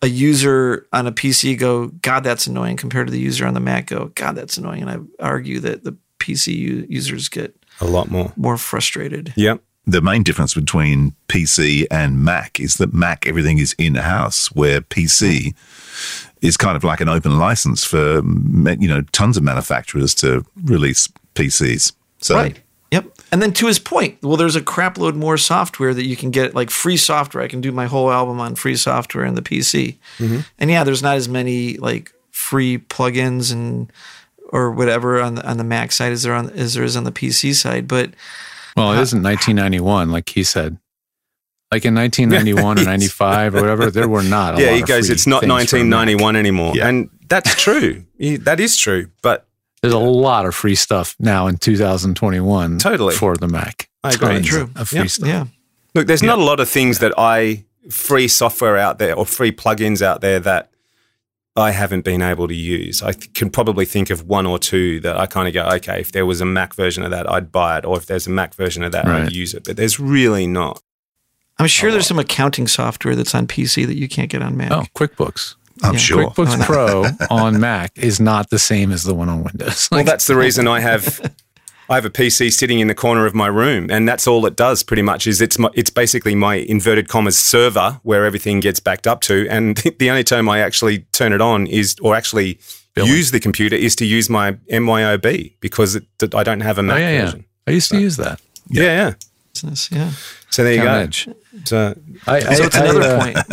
[SPEAKER 4] a user on a PC go, God, that's annoying, compared to the user on the Mac go, God, that's annoying. And I argue that the PC u- users get
[SPEAKER 9] A lot more.
[SPEAKER 4] more frustrated.
[SPEAKER 9] Yep.
[SPEAKER 3] the main difference between PC and Mac is that Mac everything is in house, where PC is kind of like an open license for ma- you know tons of manufacturers to release PCs. So
[SPEAKER 4] Right. Yep. And then to his point, well, there's a crapload more software that you can get, like free software. I can do my whole album on free software in the PC.
[SPEAKER 8] Mm-hmm.
[SPEAKER 4] And yeah, there's not as many like free plugins and or whatever on the on the Mac side as there on as there is on the PC side. But
[SPEAKER 8] Well, it isn't 1991, like he said. Like
[SPEAKER 9] *laughs*
[SPEAKER 8] in 1991 or 95 or whatever, there were not. A
[SPEAKER 9] yeah,
[SPEAKER 8] lot
[SPEAKER 9] he
[SPEAKER 8] of
[SPEAKER 9] goes,
[SPEAKER 8] free
[SPEAKER 9] it's not
[SPEAKER 8] things for a Mac.
[SPEAKER 9] 1991 anymore.
[SPEAKER 3] Yeah.
[SPEAKER 9] And that's true. Yeah, that is true. But
[SPEAKER 8] There's a lot of free stuff now in 2021.
[SPEAKER 9] Totally.
[SPEAKER 8] for the Mac.
[SPEAKER 9] I agree.
[SPEAKER 8] Tons
[SPEAKER 4] True.
[SPEAKER 8] Of free
[SPEAKER 9] Yeah.
[SPEAKER 8] stuff.
[SPEAKER 4] yeah,
[SPEAKER 9] Look, there's not a lot of things that I free software out there or free plugins out there that I haven't been able to use. I th- can probably think of one or two that I kind of go, okay, if there was a Mac version of that, I'd buy it, or if there's a Mac version of that, I'd
[SPEAKER 8] Right.
[SPEAKER 9] use it. But there's really not.
[SPEAKER 4] I'm sure there's some accounting software that's on PC that you can't get on Mac.
[SPEAKER 8] Oh, QuickBooks.
[SPEAKER 3] I'm
[SPEAKER 4] Yeah.
[SPEAKER 3] sure.
[SPEAKER 9] *laughs*
[SPEAKER 8] QuickBooks Pro on Mac is not the same as the one on Windows.
[SPEAKER 9] Well,
[SPEAKER 8] Like,
[SPEAKER 9] that's the reason I
[SPEAKER 8] *laughs*
[SPEAKER 9] have. I have a PC sitting in the corner of my room, and that's all it does. Pretty much is it's my, it's basically my inverted commas server where everything gets backed up to, and *laughs* the only time I actually turn it on is or actually use the computer is to use my MYOB because it, that I don't have a
[SPEAKER 8] oh,
[SPEAKER 9] Mac
[SPEAKER 8] yeah, yeah.
[SPEAKER 9] version.
[SPEAKER 8] I used to use that.
[SPEAKER 9] Yeah, yeah.
[SPEAKER 4] Business, yeah.
[SPEAKER 9] So there you
[SPEAKER 8] Town
[SPEAKER 9] go. uh,
[SPEAKER 8] Edge.
[SPEAKER 9] So,
[SPEAKER 8] I, I,
[SPEAKER 4] So it's
[SPEAKER 8] I,
[SPEAKER 4] another
[SPEAKER 8] uh,
[SPEAKER 4] point.
[SPEAKER 8] *laughs*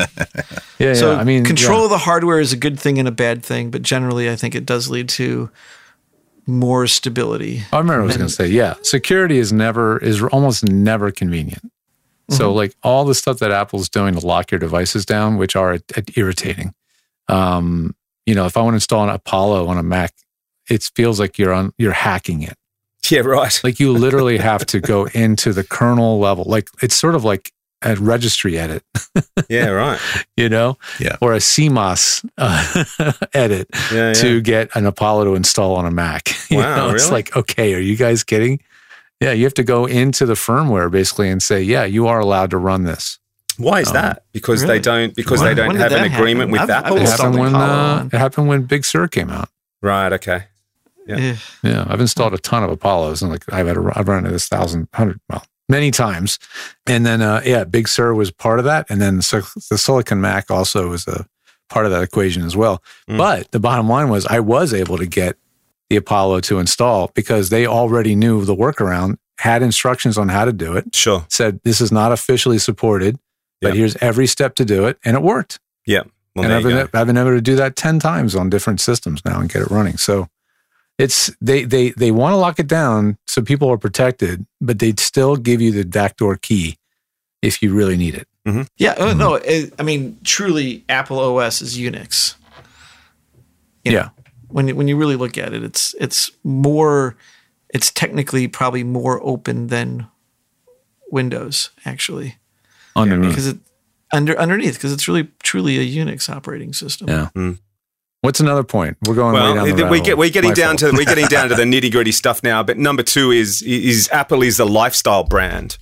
[SPEAKER 8] Yeah, yeah.
[SPEAKER 4] So
[SPEAKER 8] I mean,
[SPEAKER 4] control
[SPEAKER 8] yeah.
[SPEAKER 4] of the hardware is a good thing and a bad thing, but generally, I think it does lead to more stability.
[SPEAKER 8] Oh, I remember I was going to say, yeah, security is never is almost never convenient. So
[SPEAKER 9] Mm-hmm.
[SPEAKER 8] like all the stuff that Apple's doing to lock your devices down, which are uh, irritating. Um, you know, if I want to install an Apollo on a Mac, it feels like you're on you're hacking it.
[SPEAKER 9] *laughs* yeah, right.
[SPEAKER 8] Like you literally have
[SPEAKER 9] *laughs*
[SPEAKER 8] to go into the kernel level. Like it's sort of like a registry edit,
[SPEAKER 9] Yeah, right.
[SPEAKER 8] you know,
[SPEAKER 3] Yeah.
[SPEAKER 8] or a CMOS uh, *laughs* edit
[SPEAKER 9] Yeah, yeah.
[SPEAKER 8] to get an Apollo to install on a Mac. *laughs* You
[SPEAKER 9] Wow,
[SPEAKER 8] know, it's
[SPEAKER 9] really?
[SPEAKER 8] like, okay, are you guys kidding? Yeah, you have to go into the firmware basically and say, yeah, you are allowed to run this.
[SPEAKER 9] Why is
[SPEAKER 8] Oh,
[SPEAKER 9] that? Because they
[SPEAKER 4] Really?
[SPEAKER 9] don't because
[SPEAKER 4] When-
[SPEAKER 9] they don't
[SPEAKER 4] when did
[SPEAKER 9] have an
[SPEAKER 4] that
[SPEAKER 9] agreement
[SPEAKER 4] happen?
[SPEAKER 9] with
[SPEAKER 4] I've- I've
[SPEAKER 9] Apple.
[SPEAKER 8] It
[SPEAKER 4] been
[SPEAKER 9] or
[SPEAKER 4] stuck-
[SPEAKER 8] happened
[SPEAKER 9] Oh, something?
[SPEAKER 4] installing
[SPEAKER 8] when
[SPEAKER 4] Apollo
[SPEAKER 8] uh,
[SPEAKER 4] on-
[SPEAKER 8] it happened when Big Sur came out.
[SPEAKER 9] Right. Okay. Yeah.
[SPEAKER 4] Eh.
[SPEAKER 8] Yeah, I've installed a ton of Apollos and like I've had a, I've run into this thousand hundred well many times, and then uh, yeah, Big Sur was part of that, and then so, the Silicon Mac also was a part of that equation as well. But the bottom line was I was able to get the Apollo to install because they already knew the workaround, had instructions on how to do it,
[SPEAKER 9] Sure.
[SPEAKER 8] said this is not officially supported, but
[SPEAKER 9] Yeah.
[SPEAKER 8] here's every step to do it, and it worked.
[SPEAKER 9] Yeah. Well,
[SPEAKER 8] And
[SPEAKER 9] there
[SPEAKER 8] I've
[SPEAKER 9] you
[SPEAKER 8] been,
[SPEAKER 9] go.
[SPEAKER 8] I've been able to do that 10 times on different systems now and get it running. So it's they they they want to lock it down so people are protected, but they'd still give you the backdoor key if you really need it.
[SPEAKER 4] Yeah, uh, no, it, I mean, truly, Apple OS is Unix. You know,
[SPEAKER 8] Yeah.
[SPEAKER 4] When you- when you really look at it, it's it's more, it's technically probably more open than Windows actually,
[SPEAKER 8] Underneath.
[SPEAKER 4] because it under underneath because it's really truly a Unix operating system.
[SPEAKER 8] Yeah.
[SPEAKER 9] Mm.
[SPEAKER 8] What's another point? We're going way down the
[SPEAKER 9] th-
[SPEAKER 8] rabbit
[SPEAKER 9] we
[SPEAKER 8] hole.
[SPEAKER 9] get, we're getting
[SPEAKER 8] My
[SPEAKER 9] down
[SPEAKER 8] fault.
[SPEAKER 9] to we're getting down to the
[SPEAKER 8] *laughs*
[SPEAKER 9] nitty gritty stuff now. But number two is is Apple is a lifestyle brand.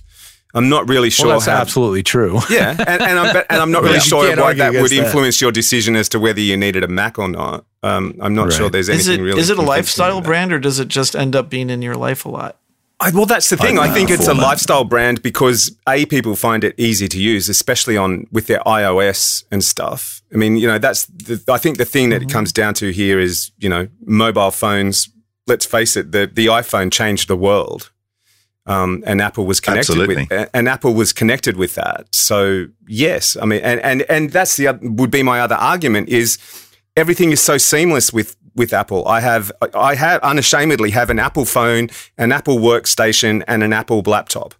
[SPEAKER 9] I'm not really sure.
[SPEAKER 8] well, that's
[SPEAKER 9] how-
[SPEAKER 8] absolutely true.
[SPEAKER 9] *laughs*
[SPEAKER 8] *laughs*
[SPEAKER 9] Yeah, and, and I'm but- and I'm not really
[SPEAKER 8] Yeah. *laughs* You
[SPEAKER 9] sure
[SPEAKER 8] can't
[SPEAKER 9] why
[SPEAKER 8] argue
[SPEAKER 9] that would
[SPEAKER 8] against that.
[SPEAKER 9] influence your decision as to whether you needed a Mac or not. Um, I'm not
[SPEAKER 8] Right.
[SPEAKER 9] sure there's
[SPEAKER 4] Is
[SPEAKER 9] anything
[SPEAKER 4] it
[SPEAKER 9] really.
[SPEAKER 4] is it a
[SPEAKER 9] convincing
[SPEAKER 4] lifestyle
[SPEAKER 9] about that.
[SPEAKER 4] brand or does it just end up being in your life a lot?
[SPEAKER 9] I, well, that's the thing. I,
[SPEAKER 3] Like that
[SPEAKER 9] think it's a
[SPEAKER 3] format.
[SPEAKER 9] lifestyle brand because a people find it easy to use, especially on with their iOS and stuff. I mean, you know, that's the, I think the thing that
[SPEAKER 8] Mm-hmm.
[SPEAKER 9] it comes down to here is you know mobile phones. Let's face it, the the iPhone changed the world, um, and Apple was connected
[SPEAKER 3] Absolutely.
[SPEAKER 9] with a- and Apple was connected with that. So yes, I mean, and and and that's the oth- would be my other argument is everything is so seamless with with Apple. I have I have unashamedly have an Apple phone, an Apple workstation, and an Apple laptop.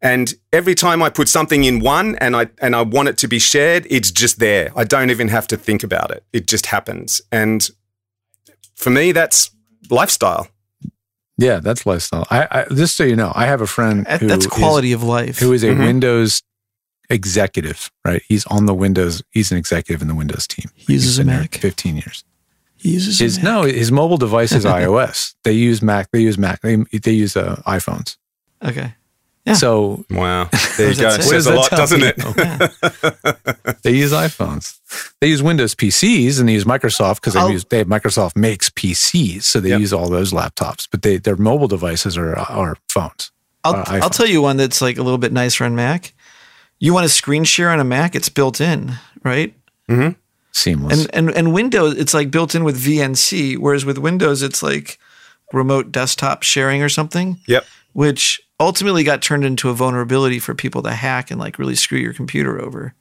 [SPEAKER 9] And every time I put something in one and I and I want it to be shared, it's just there. I don't even have to think about it. It just happens. And for me, that's lifestyle.
[SPEAKER 8] Yeah, that's lifestyle. I, I just so you know, I have a friend
[SPEAKER 4] That-
[SPEAKER 8] who
[SPEAKER 4] That's
[SPEAKER 8] is-
[SPEAKER 4] quality of life.
[SPEAKER 8] who is a
[SPEAKER 9] Mhm.
[SPEAKER 8] Windows executive, right? He's on the Windows. He's an executive in the Windows team.
[SPEAKER 4] He uses
[SPEAKER 8] He's
[SPEAKER 4] a
[SPEAKER 8] been there
[SPEAKER 4] Mac.
[SPEAKER 8] Fifteen years.
[SPEAKER 4] He uses a
[SPEAKER 8] His
[SPEAKER 4] Mac.
[SPEAKER 8] no, his mobile
[SPEAKER 4] *laughs*
[SPEAKER 8] device is iOS. They use Mac. They use Mac. They they use uh, iPhones.
[SPEAKER 4] Okay. Yeah.
[SPEAKER 8] So
[SPEAKER 9] Wow. There you
[SPEAKER 4] does
[SPEAKER 9] go.
[SPEAKER 4] that say?
[SPEAKER 8] What does
[SPEAKER 9] Says a
[SPEAKER 8] that
[SPEAKER 9] lot,
[SPEAKER 8] tell Oh,
[SPEAKER 9] doesn't it?
[SPEAKER 8] people? they use iPhones. They use Windows PCs and they use Microsoft because they
[SPEAKER 4] I'll-
[SPEAKER 8] use they have Microsoft makes PCs, so they
[SPEAKER 9] Yep.
[SPEAKER 8] use all those laptops. But they their mobile devices are are phones.
[SPEAKER 4] I'll,
[SPEAKER 8] Uh,
[SPEAKER 4] I'll
[SPEAKER 8] iPhone.
[SPEAKER 4] tell you one that's like a little bit nicer on Mac. You want to screen share on a Mac? It's built in, right?
[SPEAKER 8] Seamless.
[SPEAKER 4] And and and Windows, it's like built in with VNC, whereas with Windows, it's like remote desktop sharing or something,
[SPEAKER 9] *laughs* Yep.
[SPEAKER 4] which ultimately got turned into a vulnerability for people to hack and like really screw your computer over.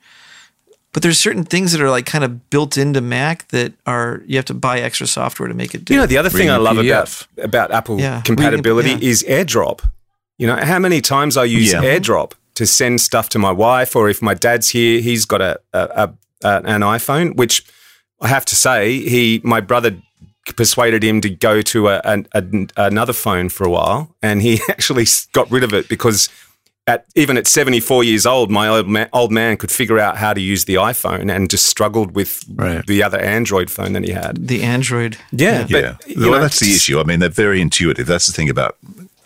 [SPEAKER 4] But there's certain things that are like kind of built into Mac that are you have to buy extra software to make it do.
[SPEAKER 9] You know, the other thing I
[SPEAKER 8] Reading
[SPEAKER 9] love
[SPEAKER 8] PDF.
[SPEAKER 9] about about Apple
[SPEAKER 4] Yeah.
[SPEAKER 9] compatibility
[SPEAKER 4] Reading- yeah.
[SPEAKER 9] is AirDrop. You know, how many times I use
[SPEAKER 3] Yeah.
[SPEAKER 9] AirDrop to send stuff to my wife, or if my dad's here, he's got a, a, a, a an iPhone, which I have to say, he my brother persuaded him to go to a, an an another phone for a while, and he *laughs* actually s- got rid of it because. At, even at 74 years old, my old, ma- old man could figure out how to use the iPhone and just struggled with
[SPEAKER 8] Right.
[SPEAKER 9] the other Android phone that he had.
[SPEAKER 4] the Android.
[SPEAKER 9] Yeah,
[SPEAKER 3] yeah.
[SPEAKER 9] but, you
[SPEAKER 3] well,
[SPEAKER 9] know,
[SPEAKER 3] that's the issue. I mean, they're very intuitive. That's the thing about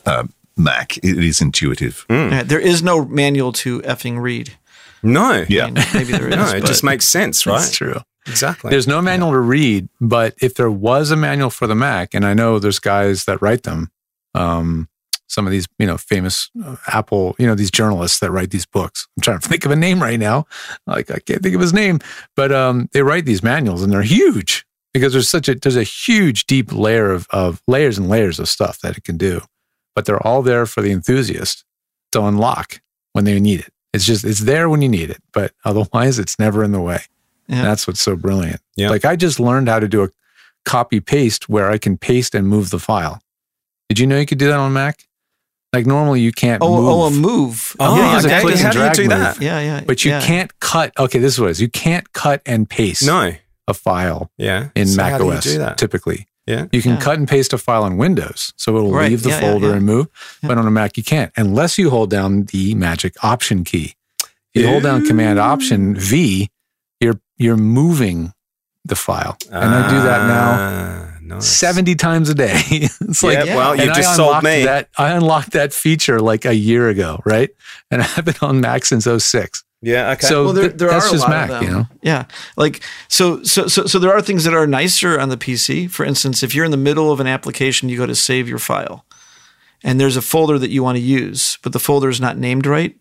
[SPEAKER 3] uh, Mac. It is intuitive.
[SPEAKER 4] Yeah, there is no manual to effing read.
[SPEAKER 9] No,
[SPEAKER 3] Yeah.
[SPEAKER 4] And maybe there is.
[SPEAKER 9] No, it
[SPEAKER 4] but-
[SPEAKER 9] just makes sense, right?
[SPEAKER 8] That's true.
[SPEAKER 9] Exactly.
[SPEAKER 8] There's no manual to read, but if there was a manual for the Mac, and I know there's guys that write them, um, some of these you know famous uh, Apple you know these journalists that write these books. I'm trying to think of a name right now, like I can't think of his name, but um, they write these manuals and they're huge because there's such a there's a huge deep layer of of layers and layers of stuff that it can do, but they're all there for the enthusiast to unlock when they need it. It's just it's there when you need it, but *laughs* otherwise it's never in the way.
[SPEAKER 4] Yeah.
[SPEAKER 8] That's what's so brilliant.
[SPEAKER 9] Yeah.
[SPEAKER 8] Like I just learned how to do a copy paste where I can paste and move the file. Did you know you could do that on Mac? Like normally you can't
[SPEAKER 4] Oh,
[SPEAKER 8] move.
[SPEAKER 4] oh, a move.
[SPEAKER 9] Oh,
[SPEAKER 8] Yeah,
[SPEAKER 4] yeah,
[SPEAKER 8] it's a
[SPEAKER 9] okay.
[SPEAKER 8] click and
[SPEAKER 9] How do you
[SPEAKER 8] drag
[SPEAKER 9] do
[SPEAKER 8] move.
[SPEAKER 9] that?
[SPEAKER 4] yeah, yeah.
[SPEAKER 8] but you
[SPEAKER 4] yeah.
[SPEAKER 8] can't cut. Okay, this was you can't cut and paste
[SPEAKER 9] no.
[SPEAKER 8] a file
[SPEAKER 9] Yeah.
[SPEAKER 8] in
[SPEAKER 9] So
[SPEAKER 8] Mac
[SPEAKER 9] how do you
[SPEAKER 8] OS.
[SPEAKER 9] do that?
[SPEAKER 8] Typically,
[SPEAKER 9] Yeah.
[SPEAKER 8] you can
[SPEAKER 4] Yeah.
[SPEAKER 8] cut and paste a file in Windows, so it'll
[SPEAKER 4] Right.
[SPEAKER 8] leave the
[SPEAKER 4] Yeah, yeah,
[SPEAKER 8] folder
[SPEAKER 4] yeah.
[SPEAKER 8] and move. But on a Mac, you can't unless you hold down the magic Option key. If you hold down Command Option V, you're you're moving the file, and I do that now.
[SPEAKER 9] Ah, nice.
[SPEAKER 8] 70 times a day. *laughs* it's like,
[SPEAKER 9] Yeah, well, you
[SPEAKER 8] and I
[SPEAKER 9] just sold
[SPEAKER 8] unlocked
[SPEAKER 9] me.
[SPEAKER 8] That, I unlocked that feature like a year ago, right? And *laughs* I've been on Mac since 06.
[SPEAKER 9] Yeah. Okay.
[SPEAKER 8] So
[SPEAKER 4] Well, there,
[SPEAKER 8] th-
[SPEAKER 4] there
[SPEAKER 8] that's
[SPEAKER 4] are a
[SPEAKER 8] just
[SPEAKER 4] lot
[SPEAKER 8] Mac,
[SPEAKER 4] of them.
[SPEAKER 8] you know?
[SPEAKER 4] Yeah, like so, so, so, so there are things that are nicer on the PC. For instance, if you're in the middle of an application, you go to save your file, and there's a folder that you want to use, but the folder is not named right.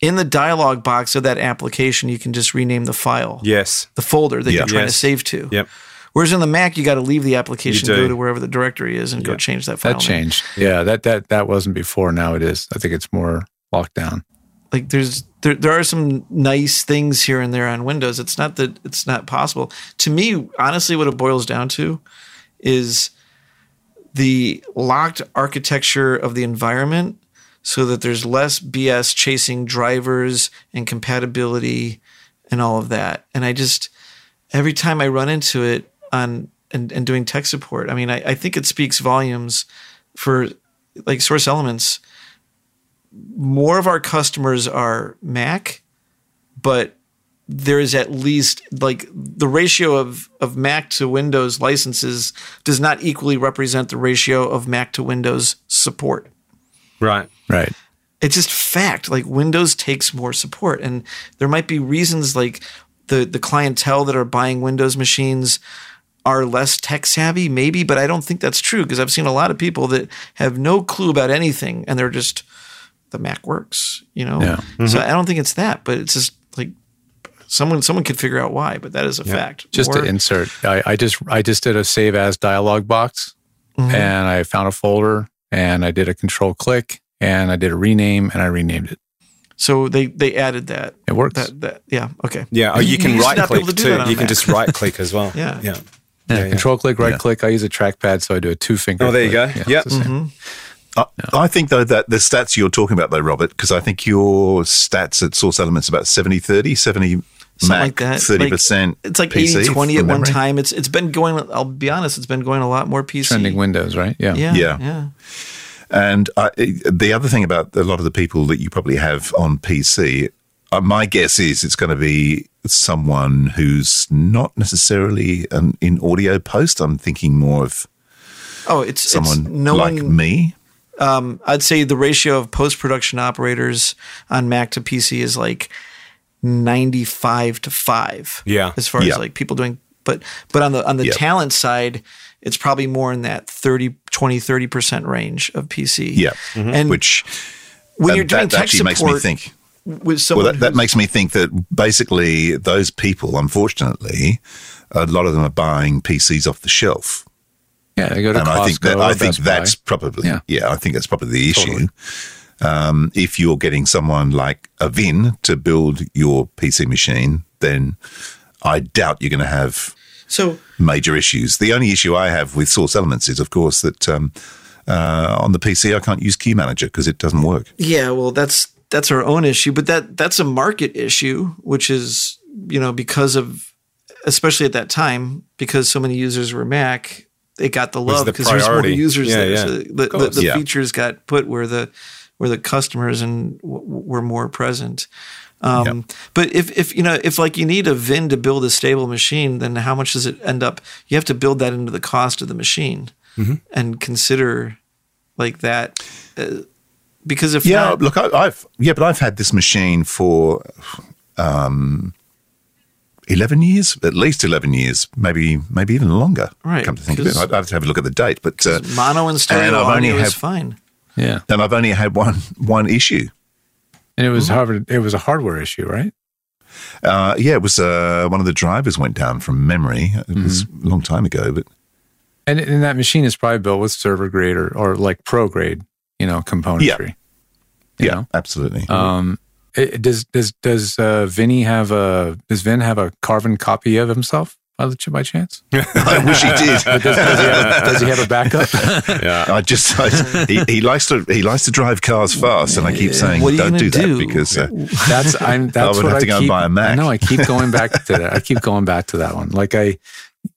[SPEAKER 4] In the dialog box of that application, you can just rename the file,
[SPEAKER 9] yes.
[SPEAKER 4] the folder that
[SPEAKER 3] Yeah.
[SPEAKER 4] you're trying
[SPEAKER 9] Yes.
[SPEAKER 4] to save to.
[SPEAKER 9] Yep.
[SPEAKER 4] Whereas in the Mac, you got to leave the application,
[SPEAKER 9] You do.
[SPEAKER 4] go to wherever the directory is, and go change that file.
[SPEAKER 8] That
[SPEAKER 4] name.
[SPEAKER 8] changed. Yeah, that, that, that wasn't before. Now it is. I think it's more locked down.
[SPEAKER 4] like there's there, there are some nice things here and there on windows it's not that it's not possible to me honestly what it boils down to is the locked architecture of the environment so that there's less bs chasing drivers and compatibility and all of that and i just every time i run into it on and, and doing tech support i mean I, I think it speaks volumes for like source elements more of our customers are Mac, but there is at least like the ratio of, of Mac to Windows licenses does not equally represent the ratio of Mac to Windows support.
[SPEAKER 9] Right.
[SPEAKER 8] Right.
[SPEAKER 4] It's just fact. Like Windows takes more support, and there might be reasons like the the clientele that are buying Windows machines are less tech savvy, maybe, but I don't think that's true because I've seen a lot of people that have no clue about anything and they're just the Mac works, you know.
[SPEAKER 8] Yeah. Mm-hmm.
[SPEAKER 4] So I don't think it's that, but it's just like someone someone could figure out why, but that is a fact.
[SPEAKER 8] Just
[SPEAKER 4] Or-
[SPEAKER 8] to insert, I, I just I just did a save as dialog box,
[SPEAKER 4] Mm-hmm.
[SPEAKER 8] and I found a folder, and I did a control click, and I did a rename, and I renamed it.
[SPEAKER 4] so they they added that.
[SPEAKER 8] It works.
[SPEAKER 4] That, that yeah okay
[SPEAKER 9] Yeah. Oh, you can
[SPEAKER 4] used to
[SPEAKER 9] right
[SPEAKER 4] not be
[SPEAKER 9] click
[SPEAKER 4] able to do
[SPEAKER 9] too.
[SPEAKER 4] that on
[SPEAKER 9] You can
[SPEAKER 4] Mac.
[SPEAKER 9] just right click as well.
[SPEAKER 4] *laughs* Yeah.
[SPEAKER 9] Yeah.
[SPEAKER 8] Yeah, control click, right
[SPEAKER 3] Yeah.
[SPEAKER 8] click. I use a trackpad, so I do a two finger.
[SPEAKER 9] Oh, there you
[SPEAKER 8] click.
[SPEAKER 9] go.
[SPEAKER 8] Yeah,
[SPEAKER 9] Yep.
[SPEAKER 8] it's the
[SPEAKER 4] Mm-hmm.
[SPEAKER 8] same.
[SPEAKER 3] I, I think, though, that the stats you're talking about, though, Robert, because I think your stats at Source Elements about 70 30, 70
[SPEAKER 4] something
[SPEAKER 3] Mac,
[SPEAKER 4] like that.
[SPEAKER 3] 30%.
[SPEAKER 4] Like, it's like
[SPEAKER 3] PC
[SPEAKER 4] 80 20 at
[SPEAKER 3] from
[SPEAKER 4] one
[SPEAKER 3] memory.
[SPEAKER 4] time. It's it's been going I'll be honest, it's been going a lot more PC.
[SPEAKER 8] Trending Windows, right? Yeah.
[SPEAKER 4] yeah,
[SPEAKER 3] Yeah.
[SPEAKER 4] yeah.
[SPEAKER 3] And I, the other thing about a lot of the people that you probably have on PC, uh, my guess is it's going to be someone who's not necessarily an, in audio post. I'm thinking more of
[SPEAKER 4] Oh, it's
[SPEAKER 3] someone
[SPEAKER 4] it's no
[SPEAKER 3] like
[SPEAKER 4] one
[SPEAKER 3] me.
[SPEAKER 4] um, I'd say the ratio of post production operators on Mac to PC is like 95 to 5.
[SPEAKER 9] Yeah.
[SPEAKER 4] As far
[SPEAKER 3] Yeah.
[SPEAKER 4] as like people doing but but on the on the
[SPEAKER 3] Yeah.
[SPEAKER 4] talent side it's probably more in that 30 20 30% range of PC.
[SPEAKER 3] Yeah.
[SPEAKER 4] And
[SPEAKER 3] Which
[SPEAKER 4] when
[SPEAKER 3] and
[SPEAKER 4] you're doing
[SPEAKER 3] that
[SPEAKER 4] tech
[SPEAKER 3] actually
[SPEAKER 4] support
[SPEAKER 3] makes me think.
[SPEAKER 4] with someone
[SPEAKER 3] Well, that, that
[SPEAKER 4] who's-
[SPEAKER 3] makes me think that basically those people, unfortunately, a lot of them are buying PCs off the shelf,
[SPEAKER 8] Yeah, they go to
[SPEAKER 3] and
[SPEAKER 8] Costco.
[SPEAKER 3] Um, I think that I
[SPEAKER 8] Best
[SPEAKER 3] think that's
[SPEAKER 8] Buy.
[SPEAKER 3] probably
[SPEAKER 8] Yeah.
[SPEAKER 3] yeah. I think that's probably the issue.
[SPEAKER 8] Totally.
[SPEAKER 3] Um, if you're getting someone like a Vin to build your PC machine, then I doubt you're going to have
[SPEAKER 4] so
[SPEAKER 3] major issues. The only issue I have with Source Elements is, of course, that um, uh, on the PC I can't use Key Manager because it doesn't work.
[SPEAKER 4] Yeah, well, that's that's our own issue, but that that's a market issue, which is you know because of especially at that time because so many users were Mac, they got the love
[SPEAKER 9] the
[SPEAKER 4] because there's more
[SPEAKER 9] priority.
[SPEAKER 4] users
[SPEAKER 9] Yeah,
[SPEAKER 4] there.
[SPEAKER 9] yeah.
[SPEAKER 4] So the the,
[SPEAKER 9] course.
[SPEAKER 4] the
[SPEAKER 3] Yeah.
[SPEAKER 4] features got put where the where the customers and w- w- were more present. Um, But if if you know if like you need a VIN to build a stable machine, then how much does it end up? You have to build that into the cost of the machine and consider like that. Uh, because if
[SPEAKER 3] Yeah,
[SPEAKER 4] not,
[SPEAKER 3] look, I, I've yeah, but I've had this machine for um, eleven years, at least eleven years, maybe maybe even longer.
[SPEAKER 4] Right,
[SPEAKER 3] Come to think of it,
[SPEAKER 4] 'cause-
[SPEAKER 3] I'd I'd have to have a look at the date, but uh,
[SPEAKER 4] mono and stereo
[SPEAKER 3] and I've
[SPEAKER 4] audio
[SPEAKER 3] only had
[SPEAKER 4] is fine.
[SPEAKER 8] Yeah,
[SPEAKER 3] and I've only had one one issue.
[SPEAKER 8] and it was hard. It was a hardware issue, right?
[SPEAKER 3] Uh, yeah, it was uh, one of the drivers went down from memory. It was a long time ago, but
[SPEAKER 8] And, and that machine is probably built with server grade or, or like pro grade, you know, componentry. You
[SPEAKER 3] yeah,
[SPEAKER 8] know?
[SPEAKER 3] absolutely.
[SPEAKER 8] Um, it, it- does does does uh, Vinny have a does Vin have a carbon copy of himself by, the- by
[SPEAKER 3] *laughs*
[SPEAKER 8] chance?
[SPEAKER 3] *laughs* I wish he did.
[SPEAKER 8] Does, does, he, uh,
[SPEAKER 3] *laughs*
[SPEAKER 8] have a, does he have a backup?
[SPEAKER 3] I just I, he, he likes to he likes to drive cars fast, and I keep saying
[SPEAKER 4] What are you
[SPEAKER 3] don't do
[SPEAKER 4] gonna
[SPEAKER 3] that
[SPEAKER 4] do?"
[SPEAKER 3] because
[SPEAKER 4] *laughs*
[SPEAKER 3] uh, *laughs*
[SPEAKER 8] That's I'm. That's
[SPEAKER 3] would
[SPEAKER 8] what
[SPEAKER 3] have
[SPEAKER 8] I
[SPEAKER 3] to go and
[SPEAKER 8] keep,
[SPEAKER 3] buy a Mac.
[SPEAKER 8] I know. I keep going back to that. I keep going back to that one. Like I,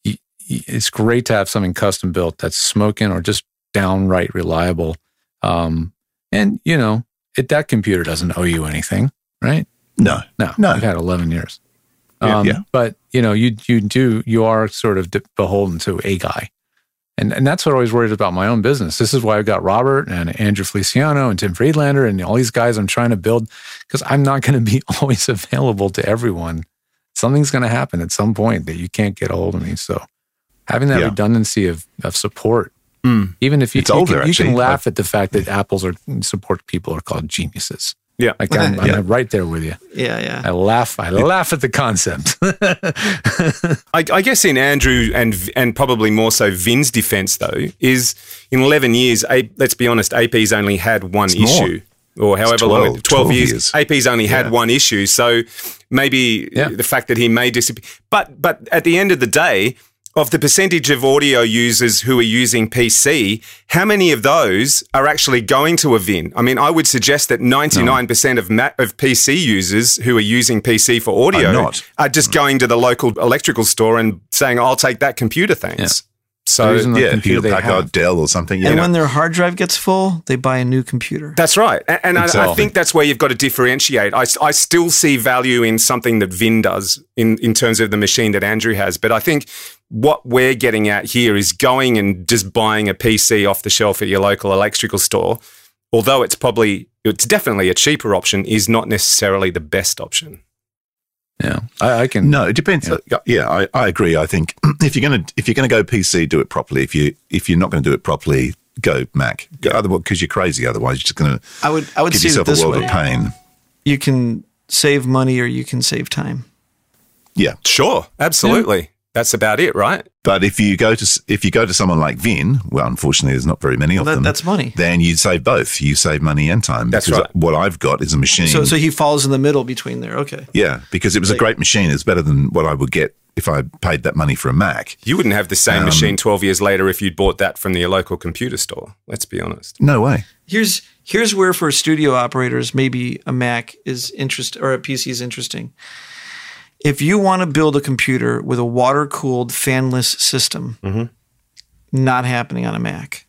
[SPEAKER 8] y- y- it's great to have something custom built that's smoking or just downright reliable. Um, and you know, it, that computer doesn't owe you anything, right?
[SPEAKER 3] no,
[SPEAKER 8] No,
[SPEAKER 3] No.
[SPEAKER 8] I've had eleven years.
[SPEAKER 3] Yeah,
[SPEAKER 8] Um,
[SPEAKER 3] yeah.
[SPEAKER 8] But you know, you you do you are sort of de- beholden to a guy, and and that's what I always worried about my own business. This is why I've got Robert and Andrew Feliciano and Tim Friedlander and all these guys I'm trying to build because I'm not going to be *laughs* always available to everyone. Something's going to happen at some point that you can't get a hold of me. So having that
[SPEAKER 3] Yeah. Hmm.
[SPEAKER 8] redundancy of of support, even if you
[SPEAKER 3] It's
[SPEAKER 8] you,
[SPEAKER 3] older,
[SPEAKER 8] can, you can
[SPEAKER 3] actually.
[SPEAKER 8] laugh at the fact that Apple's are support people are called geniuses.
[SPEAKER 9] Yeah.
[SPEAKER 8] Like
[SPEAKER 3] *laughs*
[SPEAKER 8] I'm, I'm right there with you.
[SPEAKER 4] Yeah, yeah.
[SPEAKER 3] uh,
[SPEAKER 8] I laugh. I laugh at the
[SPEAKER 4] *laughs*
[SPEAKER 8] concept.
[SPEAKER 9] I, I guess in Andrew and and probably more so Vin's defense though is in eleven years. A, let's be honest, AP's only had one
[SPEAKER 3] more.
[SPEAKER 9] issue, or however long,
[SPEAKER 3] 12,
[SPEAKER 9] it- twelve,
[SPEAKER 3] 12
[SPEAKER 9] years,
[SPEAKER 3] years.
[SPEAKER 9] AP's only had one issue. So maybe
[SPEAKER 8] Yeah.
[SPEAKER 9] the fact that he may disappear, but but at the end of the day, of the percentage of audio users who are using PC, how many of those are actually going to a VIN? I mean, I would suggest that ninety nine percent of ma- of PC users who are using PC for audio
[SPEAKER 3] Are not. Mm.
[SPEAKER 9] are just going to the local electrical store and saying, "I'll take that computer, thanks." So
[SPEAKER 8] There isn't a
[SPEAKER 3] yeah,
[SPEAKER 8] computer
[SPEAKER 3] Hewlett
[SPEAKER 8] they
[SPEAKER 3] Packard,
[SPEAKER 8] have.
[SPEAKER 3] Dell, or something. Yeah,
[SPEAKER 4] and when their hard drive gets full, they buy a new computer.
[SPEAKER 9] that's right, A- and, I, I
[SPEAKER 8] Exactly.
[SPEAKER 9] think that's where you've got to differentiate. I, s- I still see value in something that Vin does in in terms of the machine that Andrew has, but I think what we're getting at here is going and just buying a PC off the shelf at your local electrical store, although it's probably it's definitely a cheaper option, is not necessarily the best option.
[SPEAKER 8] yeah, I, I can.
[SPEAKER 3] No, it depends. Yeah, yeah I, I agree. I think *clears throat* if you're gonna if you're gonna go PC, do it properly. If you if you're not gonna do it properly, go Mac. Go otherwise because you're crazy. Otherwise, you're just gonna
[SPEAKER 4] I would I would
[SPEAKER 3] give
[SPEAKER 4] see it
[SPEAKER 3] yourself a
[SPEAKER 4] this
[SPEAKER 3] world
[SPEAKER 4] way.
[SPEAKER 3] of pain.
[SPEAKER 4] You can save money or you can save time.
[SPEAKER 3] Yeah,
[SPEAKER 9] Sure, absolutely. That's about it, right?
[SPEAKER 3] but if you go to s- if you go to someone like Vin, well, unfortunately, there's not very many of
[SPEAKER 4] That-
[SPEAKER 3] them.
[SPEAKER 4] that's money.
[SPEAKER 3] Then you save both. You save money and time.
[SPEAKER 9] That's
[SPEAKER 3] because
[SPEAKER 9] right.
[SPEAKER 3] What I've got is a machine.
[SPEAKER 4] So so he falls in the middle between there. Okay.
[SPEAKER 3] yeah, because it was a great machine. It's better than what I would get if I paid that money for a Mac.
[SPEAKER 9] You wouldn't have the same machine 12 years later if you'd bought that from the local computer store. Let's be honest.
[SPEAKER 3] No way.
[SPEAKER 4] Here's here's where for studio operators maybe a Mac is interest or a PC is interesting. If you want to build a computer with a water cooled fanless system,
[SPEAKER 8] Mm-hmm.
[SPEAKER 4] not happening on a Mac.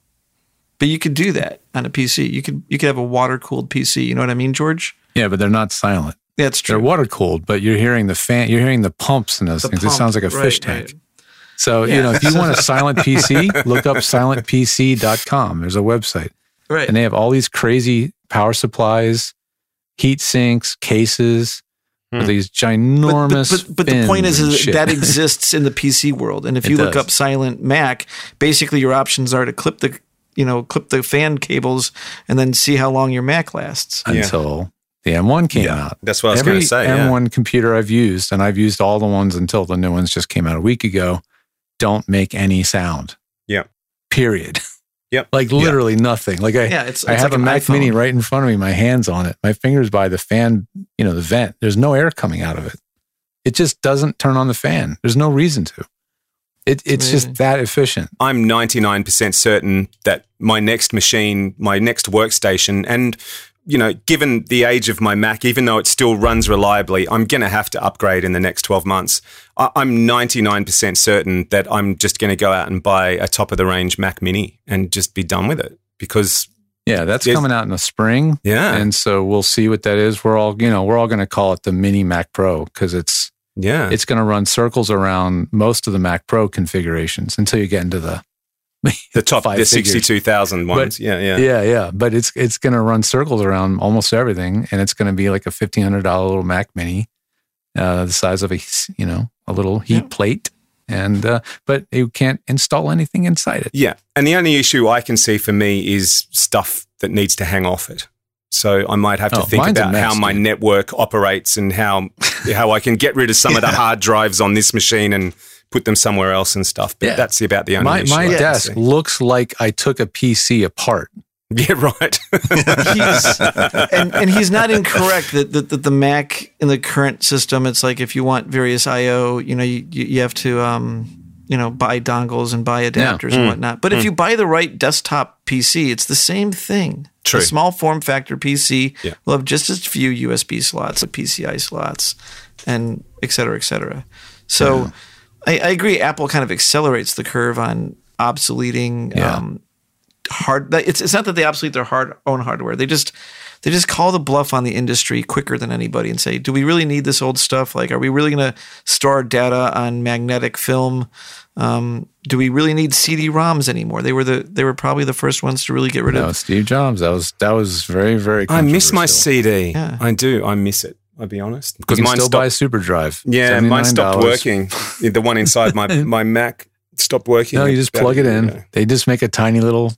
[SPEAKER 4] But you could do that on a PC. You could you could have a water cooled PC. You know what I mean, George?
[SPEAKER 8] Yeah, but they're not silent.
[SPEAKER 4] That's true.
[SPEAKER 8] They're water cooled, but you're hearing the fan. You're hearing the pumps and those things. it
[SPEAKER 4] pump,
[SPEAKER 8] sounds like a
[SPEAKER 4] right,
[SPEAKER 8] fish
[SPEAKER 4] right.
[SPEAKER 8] tank.
[SPEAKER 4] *laughs*
[SPEAKER 8] So you know, if you want a silent PC, look up silentpc.com. There's a website.
[SPEAKER 4] Right.
[SPEAKER 8] and they have all these crazy power supplies, heat sinks, cases, with these
[SPEAKER 4] Hmm. but, but,
[SPEAKER 8] ginormous.
[SPEAKER 4] but, but the point is,
[SPEAKER 8] fins
[SPEAKER 4] is
[SPEAKER 8] and *laughs*
[SPEAKER 4] that
[SPEAKER 8] shit.
[SPEAKER 4] exists in the PC world, and if
[SPEAKER 8] It
[SPEAKER 4] you look
[SPEAKER 8] does.
[SPEAKER 4] up Silent Mac, basically your options are to clip the you know clip the fan cables and then see how long your Mac lasts.
[SPEAKER 8] until the M1 came out.
[SPEAKER 9] that's what I was
[SPEAKER 8] Every
[SPEAKER 9] gonna say, yeah.
[SPEAKER 8] M1 computer I've used, and I've used all the ones until the new ones just came out a week ago, don't make any sound.
[SPEAKER 9] Yeah.
[SPEAKER 8] Period. *laughs*
[SPEAKER 9] Yep.
[SPEAKER 8] Like literally nothing. Like I,
[SPEAKER 4] Yeah, it's-
[SPEAKER 8] I
[SPEAKER 4] it's
[SPEAKER 8] have
[SPEAKER 4] like
[SPEAKER 8] a
[SPEAKER 4] an
[SPEAKER 8] Mac
[SPEAKER 4] iPhone.
[SPEAKER 8] Mini right in front of me. My hands on it. My fingers by the fan. You know the vent. There's no air coming out of it. It just doesn't turn on the fan. There's no reason to. It, it's
[SPEAKER 4] amazing.
[SPEAKER 8] just that efficient.
[SPEAKER 9] I'm 99% certain that my next machine, my next workstation, and you know, given the age of my Mac, even though it still runs reliably, I'm going to have to upgrade in the next 12 months. I- I'm 99% certain that I'm just going to go out and buy a top of the range Mac Mini and just be done with it because,
[SPEAKER 8] Yeah, that's
[SPEAKER 9] Yes.
[SPEAKER 8] coming out in the spring.
[SPEAKER 9] Yeah.
[SPEAKER 8] and so we'll see what that is. We're all, you know, we're all going to call it the Mini Mac Pro because it's
[SPEAKER 9] yeah.
[SPEAKER 8] it's going to run circles around most of the Mac Pro configurations until you get into the
[SPEAKER 9] the top,
[SPEAKER 8] five
[SPEAKER 9] the
[SPEAKER 8] figures.
[SPEAKER 9] 62,000 ones. yeah, yeah.
[SPEAKER 8] yeah, yeah. But it's it's going to run circles around almost everything, and it's going to be like a fifteen hundred dollar little Mac Mini, uh, the size of a you know a little heat plate, and uh, but you can't install anything inside it.
[SPEAKER 9] Yeah. And the only issue I can see for me is stuff that needs to hang off it. So I might have to
[SPEAKER 8] Oh,
[SPEAKER 9] think
[SPEAKER 8] mine's a
[SPEAKER 9] about
[SPEAKER 8] mess,
[SPEAKER 9] how my
[SPEAKER 8] dude.
[SPEAKER 9] network operates and
[SPEAKER 8] *laughs*
[SPEAKER 9] how how I can get rid of some of the hard drives on this machine and put them somewhere else and stuff. But
[SPEAKER 8] Yeah.
[SPEAKER 9] that's about the only
[SPEAKER 8] My,
[SPEAKER 9] issue. I
[SPEAKER 8] my
[SPEAKER 9] can
[SPEAKER 8] desk
[SPEAKER 9] see. *laughs*
[SPEAKER 8] looks like I took a PC apart.
[SPEAKER 9] Yeah, right.
[SPEAKER 8] *laughs*
[SPEAKER 4] He's- and, and he's not incorrect that, that, that the Mac in the current system, it's like if you want various I/O, you know, you, you you have to um, you know buy dongles and buy adapters
[SPEAKER 9] Hmm.
[SPEAKER 4] and whatnot. But if you buy the right desktop PC, it's the same thing.
[SPEAKER 9] True.
[SPEAKER 4] A small form factor PC
[SPEAKER 9] Yeah.
[SPEAKER 4] will have just as few USB slots, like PCI slots, and et cetera, et cetera. So. I, I agree. Apple kind of accelerates the curve on obsoleting
[SPEAKER 8] Yeah.
[SPEAKER 4] um, hard. that- It's it's not that they obsolete their hard own hardware. They just they just call the bluff on the industry quicker than anybody and say, "Do we really need this old stuff? Like, are we really going to store data on magnetic film? Um, do we really need CD-ROMs anymore?" They were the they were probably the first ones to really get rid
[SPEAKER 8] No,
[SPEAKER 4] of.
[SPEAKER 8] Steve Jobs. That was that was very very.
[SPEAKER 9] *laughs* I miss my
[SPEAKER 8] controversial.
[SPEAKER 9] CD. I do. I miss it. I'll be honest. Because
[SPEAKER 8] You can
[SPEAKER 9] mine
[SPEAKER 8] still
[SPEAKER 9] stopped.
[SPEAKER 8] buy SuperDrive.
[SPEAKER 9] yeah, mine stopped
[SPEAKER 8] $79.
[SPEAKER 9] working. The one inside
[SPEAKER 8] *laughs*
[SPEAKER 9] my my Mac stopped working.
[SPEAKER 8] No, you just
[SPEAKER 9] about a
[SPEAKER 8] plug it
[SPEAKER 9] year
[SPEAKER 8] in.
[SPEAKER 9] ago.
[SPEAKER 8] They just make a tiny little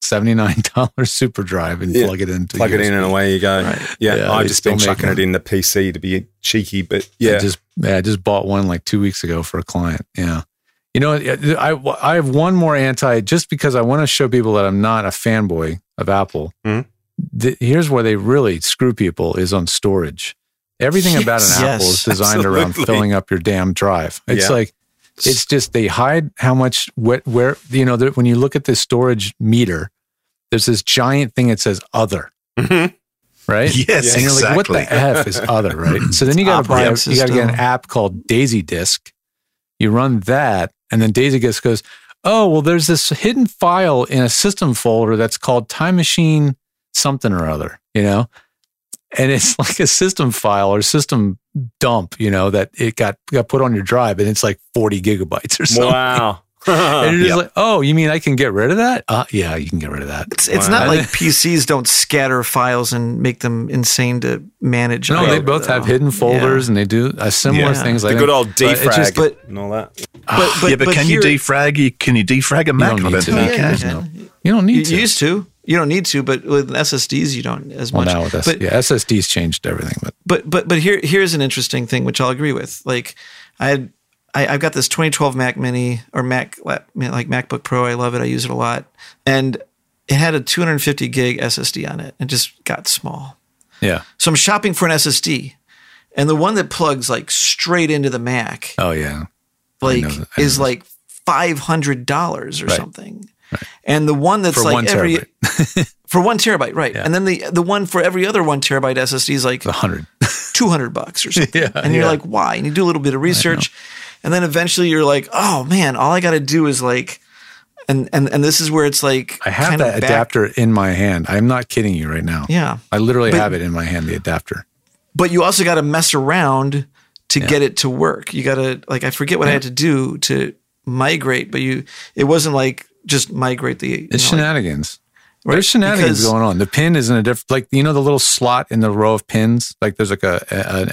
[SPEAKER 8] seventy-nine dollar *laughs* SuperDrive and
[SPEAKER 9] Yeah.
[SPEAKER 8] plug it into.
[SPEAKER 9] Plug it in and
[SPEAKER 8] USB.
[SPEAKER 9] away you go. Yeah,
[SPEAKER 8] Yeah,
[SPEAKER 9] I've
[SPEAKER 8] they
[SPEAKER 9] just been
[SPEAKER 8] still make
[SPEAKER 9] chucking it
[SPEAKER 8] them.
[SPEAKER 9] in the PC to be cheeky, but
[SPEAKER 8] I
[SPEAKER 9] yeah,
[SPEAKER 8] just yeah, I just bought one like two weeks ago for a client. Yeah, you know, I I have one more anti just because I want to show people that I'm not a fanboy of Apple.
[SPEAKER 9] Mhm.
[SPEAKER 8] The- here's where they really screw people is on storage. Everything about an
[SPEAKER 4] Yes,
[SPEAKER 8] Apple is designed around
[SPEAKER 9] absolutely.
[SPEAKER 8] filling up your damn drive. It's
[SPEAKER 9] Yeah.
[SPEAKER 8] like it's just they hide how much where, where you know that when you look at the storage meter, there's this giant thing that says other. Right?
[SPEAKER 3] Yes,
[SPEAKER 8] and you're like, what
[SPEAKER 3] exactly.
[SPEAKER 8] the f is other, right? So then you got to buy,
[SPEAKER 4] operating
[SPEAKER 8] a- you got to get an
[SPEAKER 4] system.
[SPEAKER 8] app called Daisy Disk. You run that, and then Daisy Disk goes, oh well, there's this hidden file in a system folder that's called Time Machine something or other, you know, and it's *laughs* like a system file or system dump, you know, that it got got put on your drive, and it's like 40 gigabytes or
[SPEAKER 9] *laughs*
[SPEAKER 8] something.
[SPEAKER 9] wow.
[SPEAKER 8] And you're just
[SPEAKER 3] yeah.
[SPEAKER 8] like, oh, you mean I can get rid of that? Uh, yeah, you can get rid of that.
[SPEAKER 4] It's, it's not like PCs don't scatter files and make them insane to manage.
[SPEAKER 8] No, they
[SPEAKER 4] either,
[SPEAKER 8] both have
[SPEAKER 4] though.
[SPEAKER 8] hidden folders
[SPEAKER 4] uh,
[SPEAKER 8] and
[SPEAKER 4] Yeah.
[SPEAKER 8] they do uh, similar
[SPEAKER 4] Yeah.
[SPEAKER 9] *laughs*
[SPEAKER 8] things
[SPEAKER 9] the
[SPEAKER 8] like
[SPEAKER 9] good
[SPEAKER 8] that.
[SPEAKER 9] old
[SPEAKER 8] But it
[SPEAKER 9] defrag
[SPEAKER 8] just-
[SPEAKER 4] but-
[SPEAKER 9] and all that.
[SPEAKER 4] But, but,
[SPEAKER 3] yeah, but, can
[SPEAKER 4] here-
[SPEAKER 3] you defrag? You, can you defrag a
[SPEAKER 8] you
[SPEAKER 3] Mac?
[SPEAKER 8] don't
[SPEAKER 3] I
[SPEAKER 8] need
[SPEAKER 3] don't
[SPEAKER 8] to.
[SPEAKER 3] think
[SPEAKER 4] Yeah,
[SPEAKER 3] you
[SPEAKER 4] yeah,
[SPEAKER 3] can.
[SPEAKER 8] There's
[SPEAKER 4] yeah.
[SPEAKER 8] no- you don't need
[SPEAKER 4] You
[SPEAKER 8] to.
[SPEAKER 4] used to. You don't need to, but with SSDs, you don't as
[SPEAKER 8] well,
[SPEAKER 4] much.
[SPEAKER 8] now with S-
[SPEAKER 4] but,
[SPEAKER 8] yeah, SSDs changed everything, but
[SPEAKER 4] but but but here here's an interesting thing which I'll agree with. Like I had I, I've got this 2012 Mac Mini or Mac lap- I mean, like MacBook Pro. I love it. I use it a lot, and it had a 250 gig SSD on it. It just got small.
[SPEAKER 8] yeah.
[SPEAKER 4] So I'm shopping for an SSD, and the one that plugs like straight into the Mac
[SPEAKER 8] Oh yeah.
[SPEAKER 4] like
[SPEAKER 8] know that. I
[SPEAKER 4] is like five hundred dollars or something, and the one that's
[SPEAKER 8] For
[SPEAKER 4] like
[SPEAKER 8] one
[SPEAKER 4] every *laughs* for one terabyte, right? And then the the one for every other one terabyte SSD is like
[SPEAKER 8] The hundred.
[SPEAKER 4] two hundred
[SPEAKER 8] *laughs*
[SPEAKER 4] bucks or something.
[SPEAKER 8] Yeah,
[SPEAKER 4] and you're
[SPEAKER 8] yeah.
[SPEAKER 4] like, why? And you do a little bit of research, and then eventually you're like, oh man, all I got to do is like, and and and this is where it's like
[SPEAKER 8] I have
[SPEAKER 4] kind of
[SPEAKER 8] that
[SPEAKER 4] back-
[SPEAKER 8] adapter in my hand. I'm not kidding you right now.
[SPEAKER 4] Yeah.
[SPEAKER 8] I literally
[SPEAKER 4] But-
[SPEAKER 8] have it in my hand, the adapter.
[SPEAKER 4] but you also got to mess around to get it to work. You got to like I forget what I had to do to migrate, but you it wasn't like just migrate the you
[SPEAKER 8] It's
[SPEAKER 4] know, like-
[SPEAKER 8] shenanigans. There's shenanigans
[SPEAKER 4] Because-
[SPEAKER 8] going on. The pin is in a different, like you know, the little slot in the row of pins. Like there's like a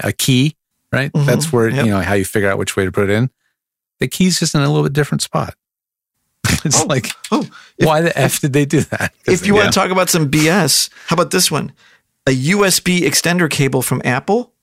[SPEAKER 8] a, a key, right?
[SPEAKER 4] Mhm,
[SPEAKER 8] That's where
[SPEAKER 4] yep.
[SPEAKER 8] you know how you figure out which way to put it in. The key's just in a little bit different spot. *laughs* It's like,
[SPEAKER 4] Oh, if-
[SPEAKER 8] why the f did they do that? 'Cause *laughs*
[SPEAKER 4] If you
[SPEAKER 3] yeah.
[SPEAKER 4] want to talk about some BS, how about this one? A USB extender cable from Apple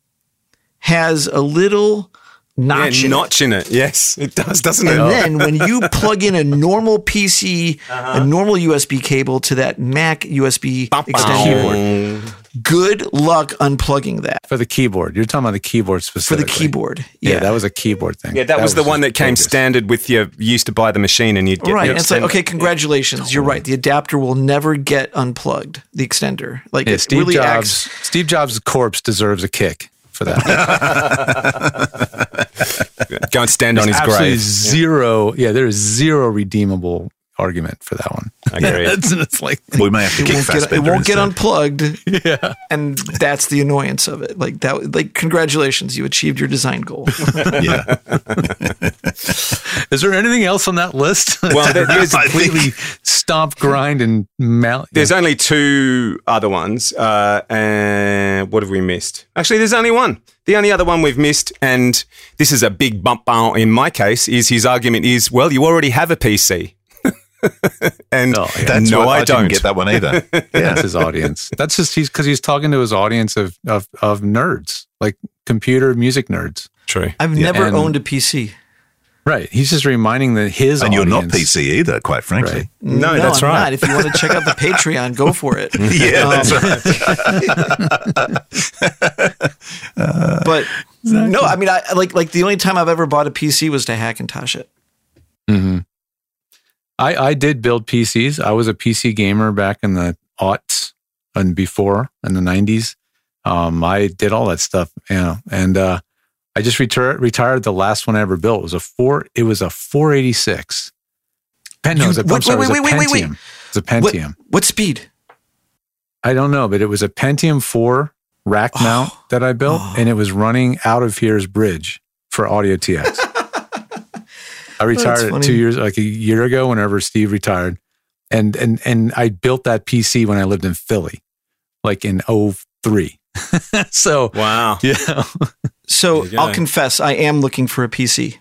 [SPEAKER 4] has a little notch.
[SPEAKER 9] yeah,
[SPEAKER 4] in it. Oh,
[SPEAKER 9] notch in it. Yes, it does, *laughs* doesn't it?
[SPEAKER 4] And then when you plug in a normal PC, a normal USB cable to that Mac USB extender, good luck unplugging that
[SPEAKER 8] for the keyboard, you're talking about the keyboard
[SPEAKER 4] for the
[SPEAKER 8] specifically.
[SPEAKER 4] keyboard.
[SPEAKER 8] Yeah, that was a keyboard thing.
[SPEAKER 9] Yeah, that, was, the one that
[SPEAKER 8] just
[SPEAKER 9] came
[SPEAKER 8] bogus.
[SPEAKER 9] standard with your. You used to buy the machine and you'd get
[SPEAKER 4] right.
[SPEAKER 9] your
[SPEAKER 4] And it's like,
[SPEAKER 9] extender.
[SPEAKER 4] okay, congratulations. You're right. The adapter will never get unplugged. The extender, like
[SPEAKER 8] Yeah,
[SPEAKER 4] it
[SPEAKER 8] Steve
[SPEAKER 4] really
[SPEAKER 8] Jobs.
[SPEAKER 4] acts.
[SPEAKER 8] Steve Jobs' corpse deserves a kick for *laughs* that.
[SPEAKER 9] Go and stand on his
[SPEAKER 8] Absolutely
[SPEAKER 9] grave.
[SPEAKER 8] zero. Yeah, there is zero redeemable argument for that one.
[SPEAKER 9] I agree.
[SPEAKER 8] and *laughs* it's like
[SPEAKER 3] We may have to
[SPEAKER 4] It
[SPEAKER 3] kick
[SPEAKER 4] won't, get,
[SPEAKER 3] Fassbender.
[SPEAKER 4] it won't get
[SPEAKER 3] instead.
[SPEAKER 4] unplugged. Yeah. And that's the annoyance of it. Like that. Like congratulations, you achieved your design goal. *laughs*
[SPEAKER 3] Yeah.
[SPEAKER 8] Is there anything else on that list? *laughs*
[SPEAKER 9] Well, there- there's- I think-
[SPEAKER 8] completely stomp, grind, and mount.
[SPEAKER 9] There's only two other ones. Uh, and what have we missed? Actually, there's only one. The only other one we've missed, and this is a big bump uh, in my case, is his argument is, well, you already have a PC. *laughs* and
[SPEAKER 8] Oh, yeah.
[SPEAKER 3] That's
[SPEAKER 9] no,
[SPEAKER 3] what,
[SPEAKER 9] I, don't.
[SPEAKER 3] didn't get that one either.
[SPEAKER 8] *laughs* that's his audience. That's just he's because he's talking to his audience of of of nerds, like computer music nerds.
[SPEAKER 9] True.
[SPEAKER 4] I've never
[SPEAKER 8] and-
[SPEAKER 4] owned a PC.
[SPEAKER 8] Right. He's just reminding that his
[SPEAKER 3] and you're not
[SPEAKER 8] audience-
[SPEAKER 3] PC either, quite frankly.
[SPEAKER 8] Right.
[SPEAKER 9] No, that's
[SPEAKER 4] I'm
[SPEAKER 9] right.
[SPEAKER 4] Not. If you want to check out the Patreon, go for it.
[SPEAKER 3] *laughs* Yeah,
[SPEAKER 8] Um,
[SPEAKER 3] that's right.
[SPEAKER 4] *laughs* But no, I mean, I like like the only time I've ever bought a PC was to Hackintosh it. Mm-hmm.
[SPEAKER 8] I, I did build PCs. I was a PC gamer back in the aughts and before in the nineties. Um, I did all that stuff, you know, and uh, I just retir- retired the last one I ever built. It was a four. It was a four eighty six. Pen, no, it was a,
[SPEAKER 4] You-
[SPEAKER 8] I'm sorry,
[SPEAKER 4] wait,
[SPEAKER 8] it was a
[SPEAKER 4] wait, wait, wait,
[SPEAKER 8] Pentium.
[SPEAKER 4] wait.
[SPEAKER 8] It was a
[SPEAKER 4] What,
[SPEAKER 8] Pentium.
[SPEAKER 4] what speed?
[SPEAKER 8] I don't know, but it was a Pentium four rack
[SPEAKER 4] Oh.
[SPEAKER 8] mount that I built, and it was running out of here's bridge for Audio
[SPEAKER 4] *laughs*
[SPEAKER 8] TX. I retired it
[SPEAKER 4] funny.
[SPEAKER 8] two years, like a year ago, whenever Steve retired, and and and I built that PC when I lived in Philly, like in 03. *laughs* so
[SPEAKER 9] Wow.
[SPEAKER 8] yeah,
[SPEAKER 4] So
[SPEAKER 9] you go.
[SPEAKER 4] I'll confess, I am looking for a PC.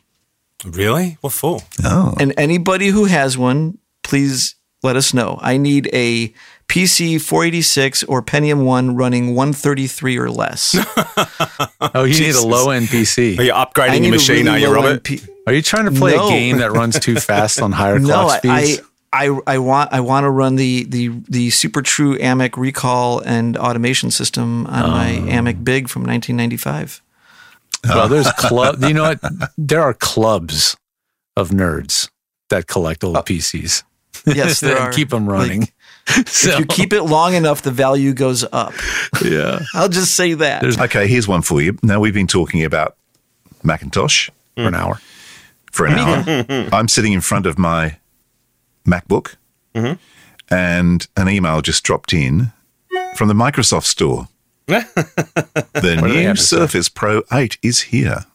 [SPEAKER 9] Really? What for?
[SPEAKER 3] Oh,
[SPEAKER 4] And anybody who has one, please let us know. I need a PC 486 or Pentium 1 running 133 or less.
[SPEAKER 8] oh, you need a low end
[SPEAKER 9] Are
[SPEAKER 8] PC.
[SPEAKER 9] you upgrading
[SPEAKER 4] I
[SPEAKER 9] your
[SPEAKER 4] need
[SPEAKER 9] machine, are you,
[SPEAKER 4] low-end
[SPEAKER 9] Robert?
[SPEAKER 4] P-
[SPEAKER 8] Are you trying to play
[SPEAKER 4] No.
[SPEAKER 8] a game that runs
[SPEAKER 4] *laughs*
[SPEAKER 8] too fast on higher
[SPEAKER 4] no,
[SPEAKER 8] clock
[SPEAKER 4] I, I
[SPEAKER 8] speeds?
[SPEAKER 4] I I want I want to run the the the super true Amic recall and automation system on my
[SPEAKER 8] Oh.
[SPEAKER 4] Amic Big
[SPEAKER 8] *laughs*
[SPEAKER 4] from 1995. Oh.
[SPEAKER 8] well, there's club. You know what? There are clubs of nerds that collect
[SPEAKER 4] Oh.
[SPEAKER 8] old PCs.
[SPEAKER 4] Yes, there
[SPEAKER 8] and
[SPEAKER 4] are.
[SPEAKER 8] keep them
[SPEAKER 4] Like,
[SPEAKER 8] running. so,
[SPEAKER 4] if you keep it long enough, the value goes up.
[SPEAKER 8] *laughs* yeah.
[SPEAKER 4] I'll just say that.
[SPEAKER 8] There's-
[SPEAKER 3] okay. Here's one for you. Now we've been talking about Macintosh
[SPEAKER 8] for
[SPEAKER 4] Hmm.
[SPEAKER 8] an hour.
[SPEAKER 3] for an
[SPEAKER 8] *laughs*
[SPEAKER 3] hour. I'm sitting in front of my MacBook,
[SPEAKER 8] Mm-hmm.
[SPEAKER 3] and an email just dropped in from the Microsoft
[SPEAKER 8] *laughs*
[SPEAKER 3] store. the
[SPEAKER 8] do they
[SPEAKER 3] new
[SPEAKER 8] have to say?
[SPEAKER 3] Surface Pro 8 is here.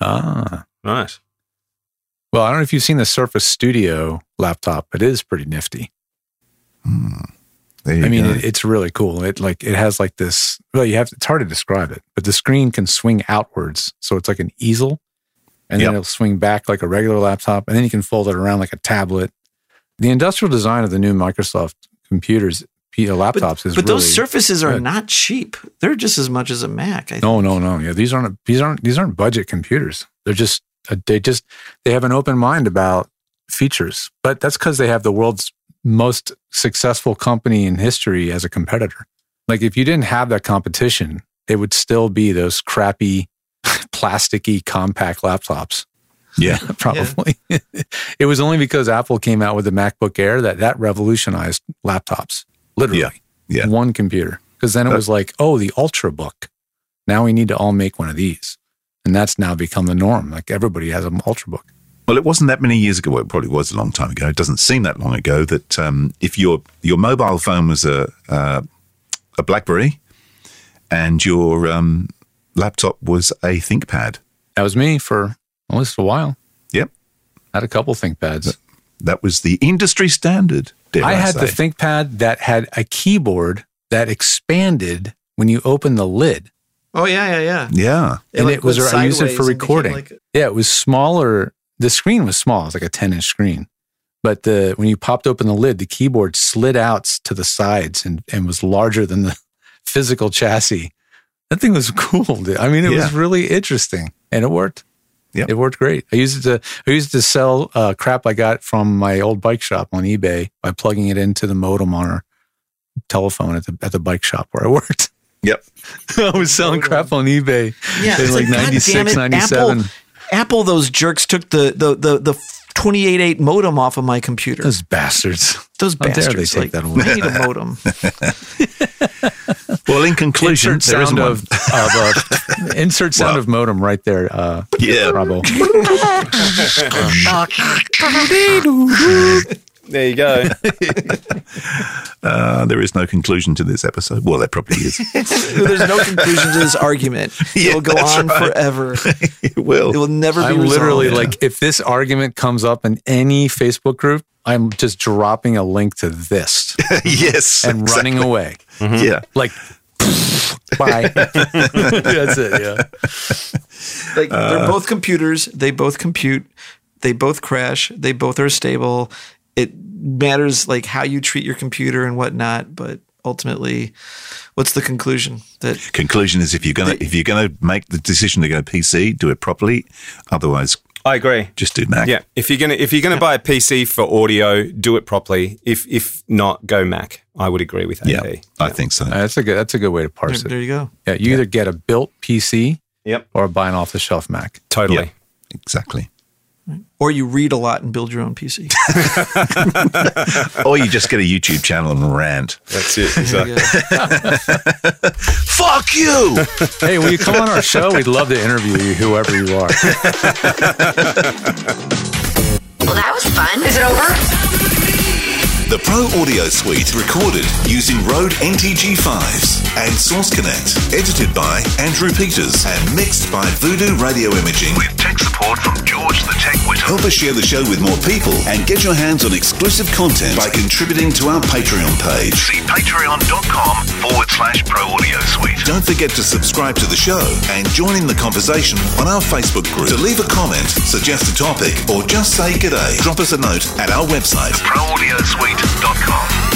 [SPEAKER 8] Ah.
[SPEAKER 9] Right.
[SPEAKER 8] Well, I don't know if you've seen the Surface Studio laptop. It is pretty nifty.
[SPEAKER 3] There you
[SPEAKER 8] I mean,
[SPEAKER 3] go.
[SPEAKER 8] it, it's really cool. It like it has like this. Well, you have it's hard to describe it, but the screen can swing outwards, so it's like an easel, and
[SPEAKER 3] Yep.
[SPEAKER 8] then it'll swing back like a regular laptop, and then you can fold it around like a tablet. The industrial design of the new Microsoft computers, P- uh, laptops,
[SPEAKER 4] but,
[SPEAKER 8] is
[SPEAKER 4] but
[SPEAKER 8] really-
[SPEAKER 4] those surfaces are
[SPEAKER 8] good.
[SPEAKER 4] not cheap. They're just as much as a Mac. I think.
[SPEAKER 8] No, no, no. Yeah, these aren't these aren't these aren't budget computers. They're just uh, they just they have an open mind about features, but that's because they have the world's most successful company in history as a competitor. Like if you didn't have that competition, it would still be those crappy, *laughs* plasticky, compact laptops.
[SPEAKER 3] yeah.
[SPEAKER 8] *laughs* Probably. it was only because Apple came out with the MacBook Air that that revolutionized laptops. Literally
[SPEAKER 3] Yeah. Yeah.
[SPEAKER 8] one computer because then it was like oh the ultrabook now we need to all make one of these and that's now become the norm like everybody has an ultrabook
[SPEAKER 3] Well, it wasn't that many years ago. Well, it probably was a long time ago. It doesn't seem that long ago that um, if your your mobile phone was a uh, a BlackBerry, and your um, laptop was a ThinkPad.
[SPEAKER 8] that was me for at least a while
[SPEAKER 3] Yep.
[SPEAKER 8] had a couple thinkpads
[SPEAKER 3] That was the industry standard. Dare I,
[SPEAKER 8] I had
[SPEAKER 3] say.
[SPEAKER 8] the ThinkPad that had a keyboard that expanded when you opened the lid,
[SPEAKER 4] Oh yeah, yeah, yeah.
[SPEAKER 3] yeah.
[SPEAKER 8] and
[SPEAKER 4] like,
[SPEAKER 8] it was
[SPEAKER 4] went
[SPEAKER 8] I used it
[SPEAKER 4] sideways
[SPEAKER 8] for
[SPEAKER 4] and became
[SPEAKER 8] recording.
[SPEAKER 4] like-
[SPEAKER 8] yeah, it was smaller. The screen was small; it was like a ten inch screen, but the when you popped open the lid, the keyboard slid out s- to the sides and and was larger than the *laughs* physical chassis. That thing was *laughs* cool. dude. I mean, it was
[SPEAKER 3] Yeah.
[SPEAKER 8] really interesting, and it worked.
[SPEAKER 3] Yep.
[SPEAKER 8] It worked great. I used it to I used it to sell uh, crap I got from my old bike shop on eBay by plugging it into the modem on our telephone at the at the bike shop where I *laughs* worked.
[SPEAKER 3] Yep.
[SPEAKER 8] I was selling crap on eBay
[SPEAKER 4] Yeah,
[SPEAKER 8] in
[SPEAKER 4] it's
[SPEAKER 8] like
[SPEAKER 4] like, God
[SPEAKER 8] 96,
[SPEAKER 4] damn it, Apple-
[SPEAKER 8] 97.
[SPEAKER 4] Apple, those jerks took the the the the 28.8 modem off of my computer.
[SPEAKER 8] Those bastards.
[SPEAKER 4] Those
[SPEAKER 8] How dare
[SPEAKER 4] bastards.
[SPEAKER 8] they take
[SPEAKER 4] like,
[SPEAKER 8] that away.
[SPEAKER 4] I need a
[SPEAKER 8] *laughs*
[SPEAKER 4] modem.
[SPEAKER 3] Well, in conclusion,
[SPEAKER 8] Insert
[SPEAKER 3] there isn't
[SPEAKER 8] sound
[SPEAKER 3] one.
[SPEAKER 8] of, of *laughs* uh, insert sound of modem right there, uh,
[SPEAKER 3] Yeah.
[SPEAKER 8] *laughs* Bravo.
[SPEAKER 9] There you
[SPEAKER 4] *laughs*
[SPEAKER 9] go.
[SPEAKER 3] Uh, there is no conclusion to this episode. Well, there probably
[SPEAKER 8] *laughs*
[SPEAKER 3] is. *laughs*
[SPEAKER 4] There's no conclusion to this argument.
[SPEAKER 3] Yeah,
[SPEAKER 4] it will go
[SPEAKER 3] that's
[SPEAKER 4] on
[SPEAKER 3] right.
[SPEAKER 4] forever.
[SPEAKER 3] it
[SPEAKER 4] It
[SPEAKER 3] will. *laughs*
[SPEAKER 4] will never be
[SPEAKER 8] I'm
[SPEAKER 4] resolved.
[SPEAKER 8] literally like, if this argument comes up in any Facebook group, I'm just dropping a link to *laughs* this
[SPEAKER 3] yes.
[SPEAKER 8] and running away.
[SPEAKER 3] Yeah.
[SPEAKER 8] Like, *laughs* bye. That's it. Yeah.
[SPEAKER 4] Like,
[SPEAKER 8] uh,
[SPEAKER 4] they're both computers. They both compute. They both crash. They both are stable. It matters like how you treat your computer and whatnot, but ultimately, what's the conclusion? That
[SPEAKER 3] Conclusion is if you're gonna if you're gonna make the decision to go PC, do it properly. Otherwise,
[SPEAKER 9] I agree.
[SPEAKER 3] just do Mac.
[SPEAKER 9] Yeah, if you're gonna if you're gonna buy a PC for audio, do it properly. If if not, go Mac. I would agree with
[SPEAKER 3] Yeah.
[SPEAKER 9] AB.
[SPEAKER 3] I think so.
[SPEAKER 8] That's a good, that's a good way to parse
[SPEAKER 4] there
[SPEAKER 8] it.
[SPEAKER 4] you go.
[SPEAKER 8] Yeah. You either get a built PC
[SPEAKER 9] Yep.
[SPEAKER 8] or buy an off the shelf Mac.
[SPEAKER 9] Totally.
[SPEAKER 3] Yeah. Exactly.
[SPEAKER 4] Or you read a lot and build your own PC.
[SPEAKER 3] Or you just get a YouTube channel and rant.
[SPEAKER 9] That's it. Exactly.
[SPEAKER 3] Fuck you!
[SPEAKER 8] Hey, will you come on our show? We'd love to interview you, whoever you are.
[SPEAKER 1] Well, that was fun. Is it over?
[SPEAKER 2] *laughs* The Pro Audio Suite recorded using Rode NTG5s and Source Connect. Edited by Andrew Peters and mixed by Voodoo Radio Imaging.
[SPEAKER 6] With tech support from George the Tech Wizard.
[SPEAKER 2] Help us share the show with more people and get your hands on exclusive content by contributing to our Patreon page.
[SPEAKER 6] See patreon.com forward slash pro audio suite.
[SPEAKER 2] Don't forget to subscribe to the show and join in the conversation on our Facebook group. To leave a comment, suggest a topic, or just say g'day, drop us a note at our website.
[SPEAKER 6] Proaudiosuite.com.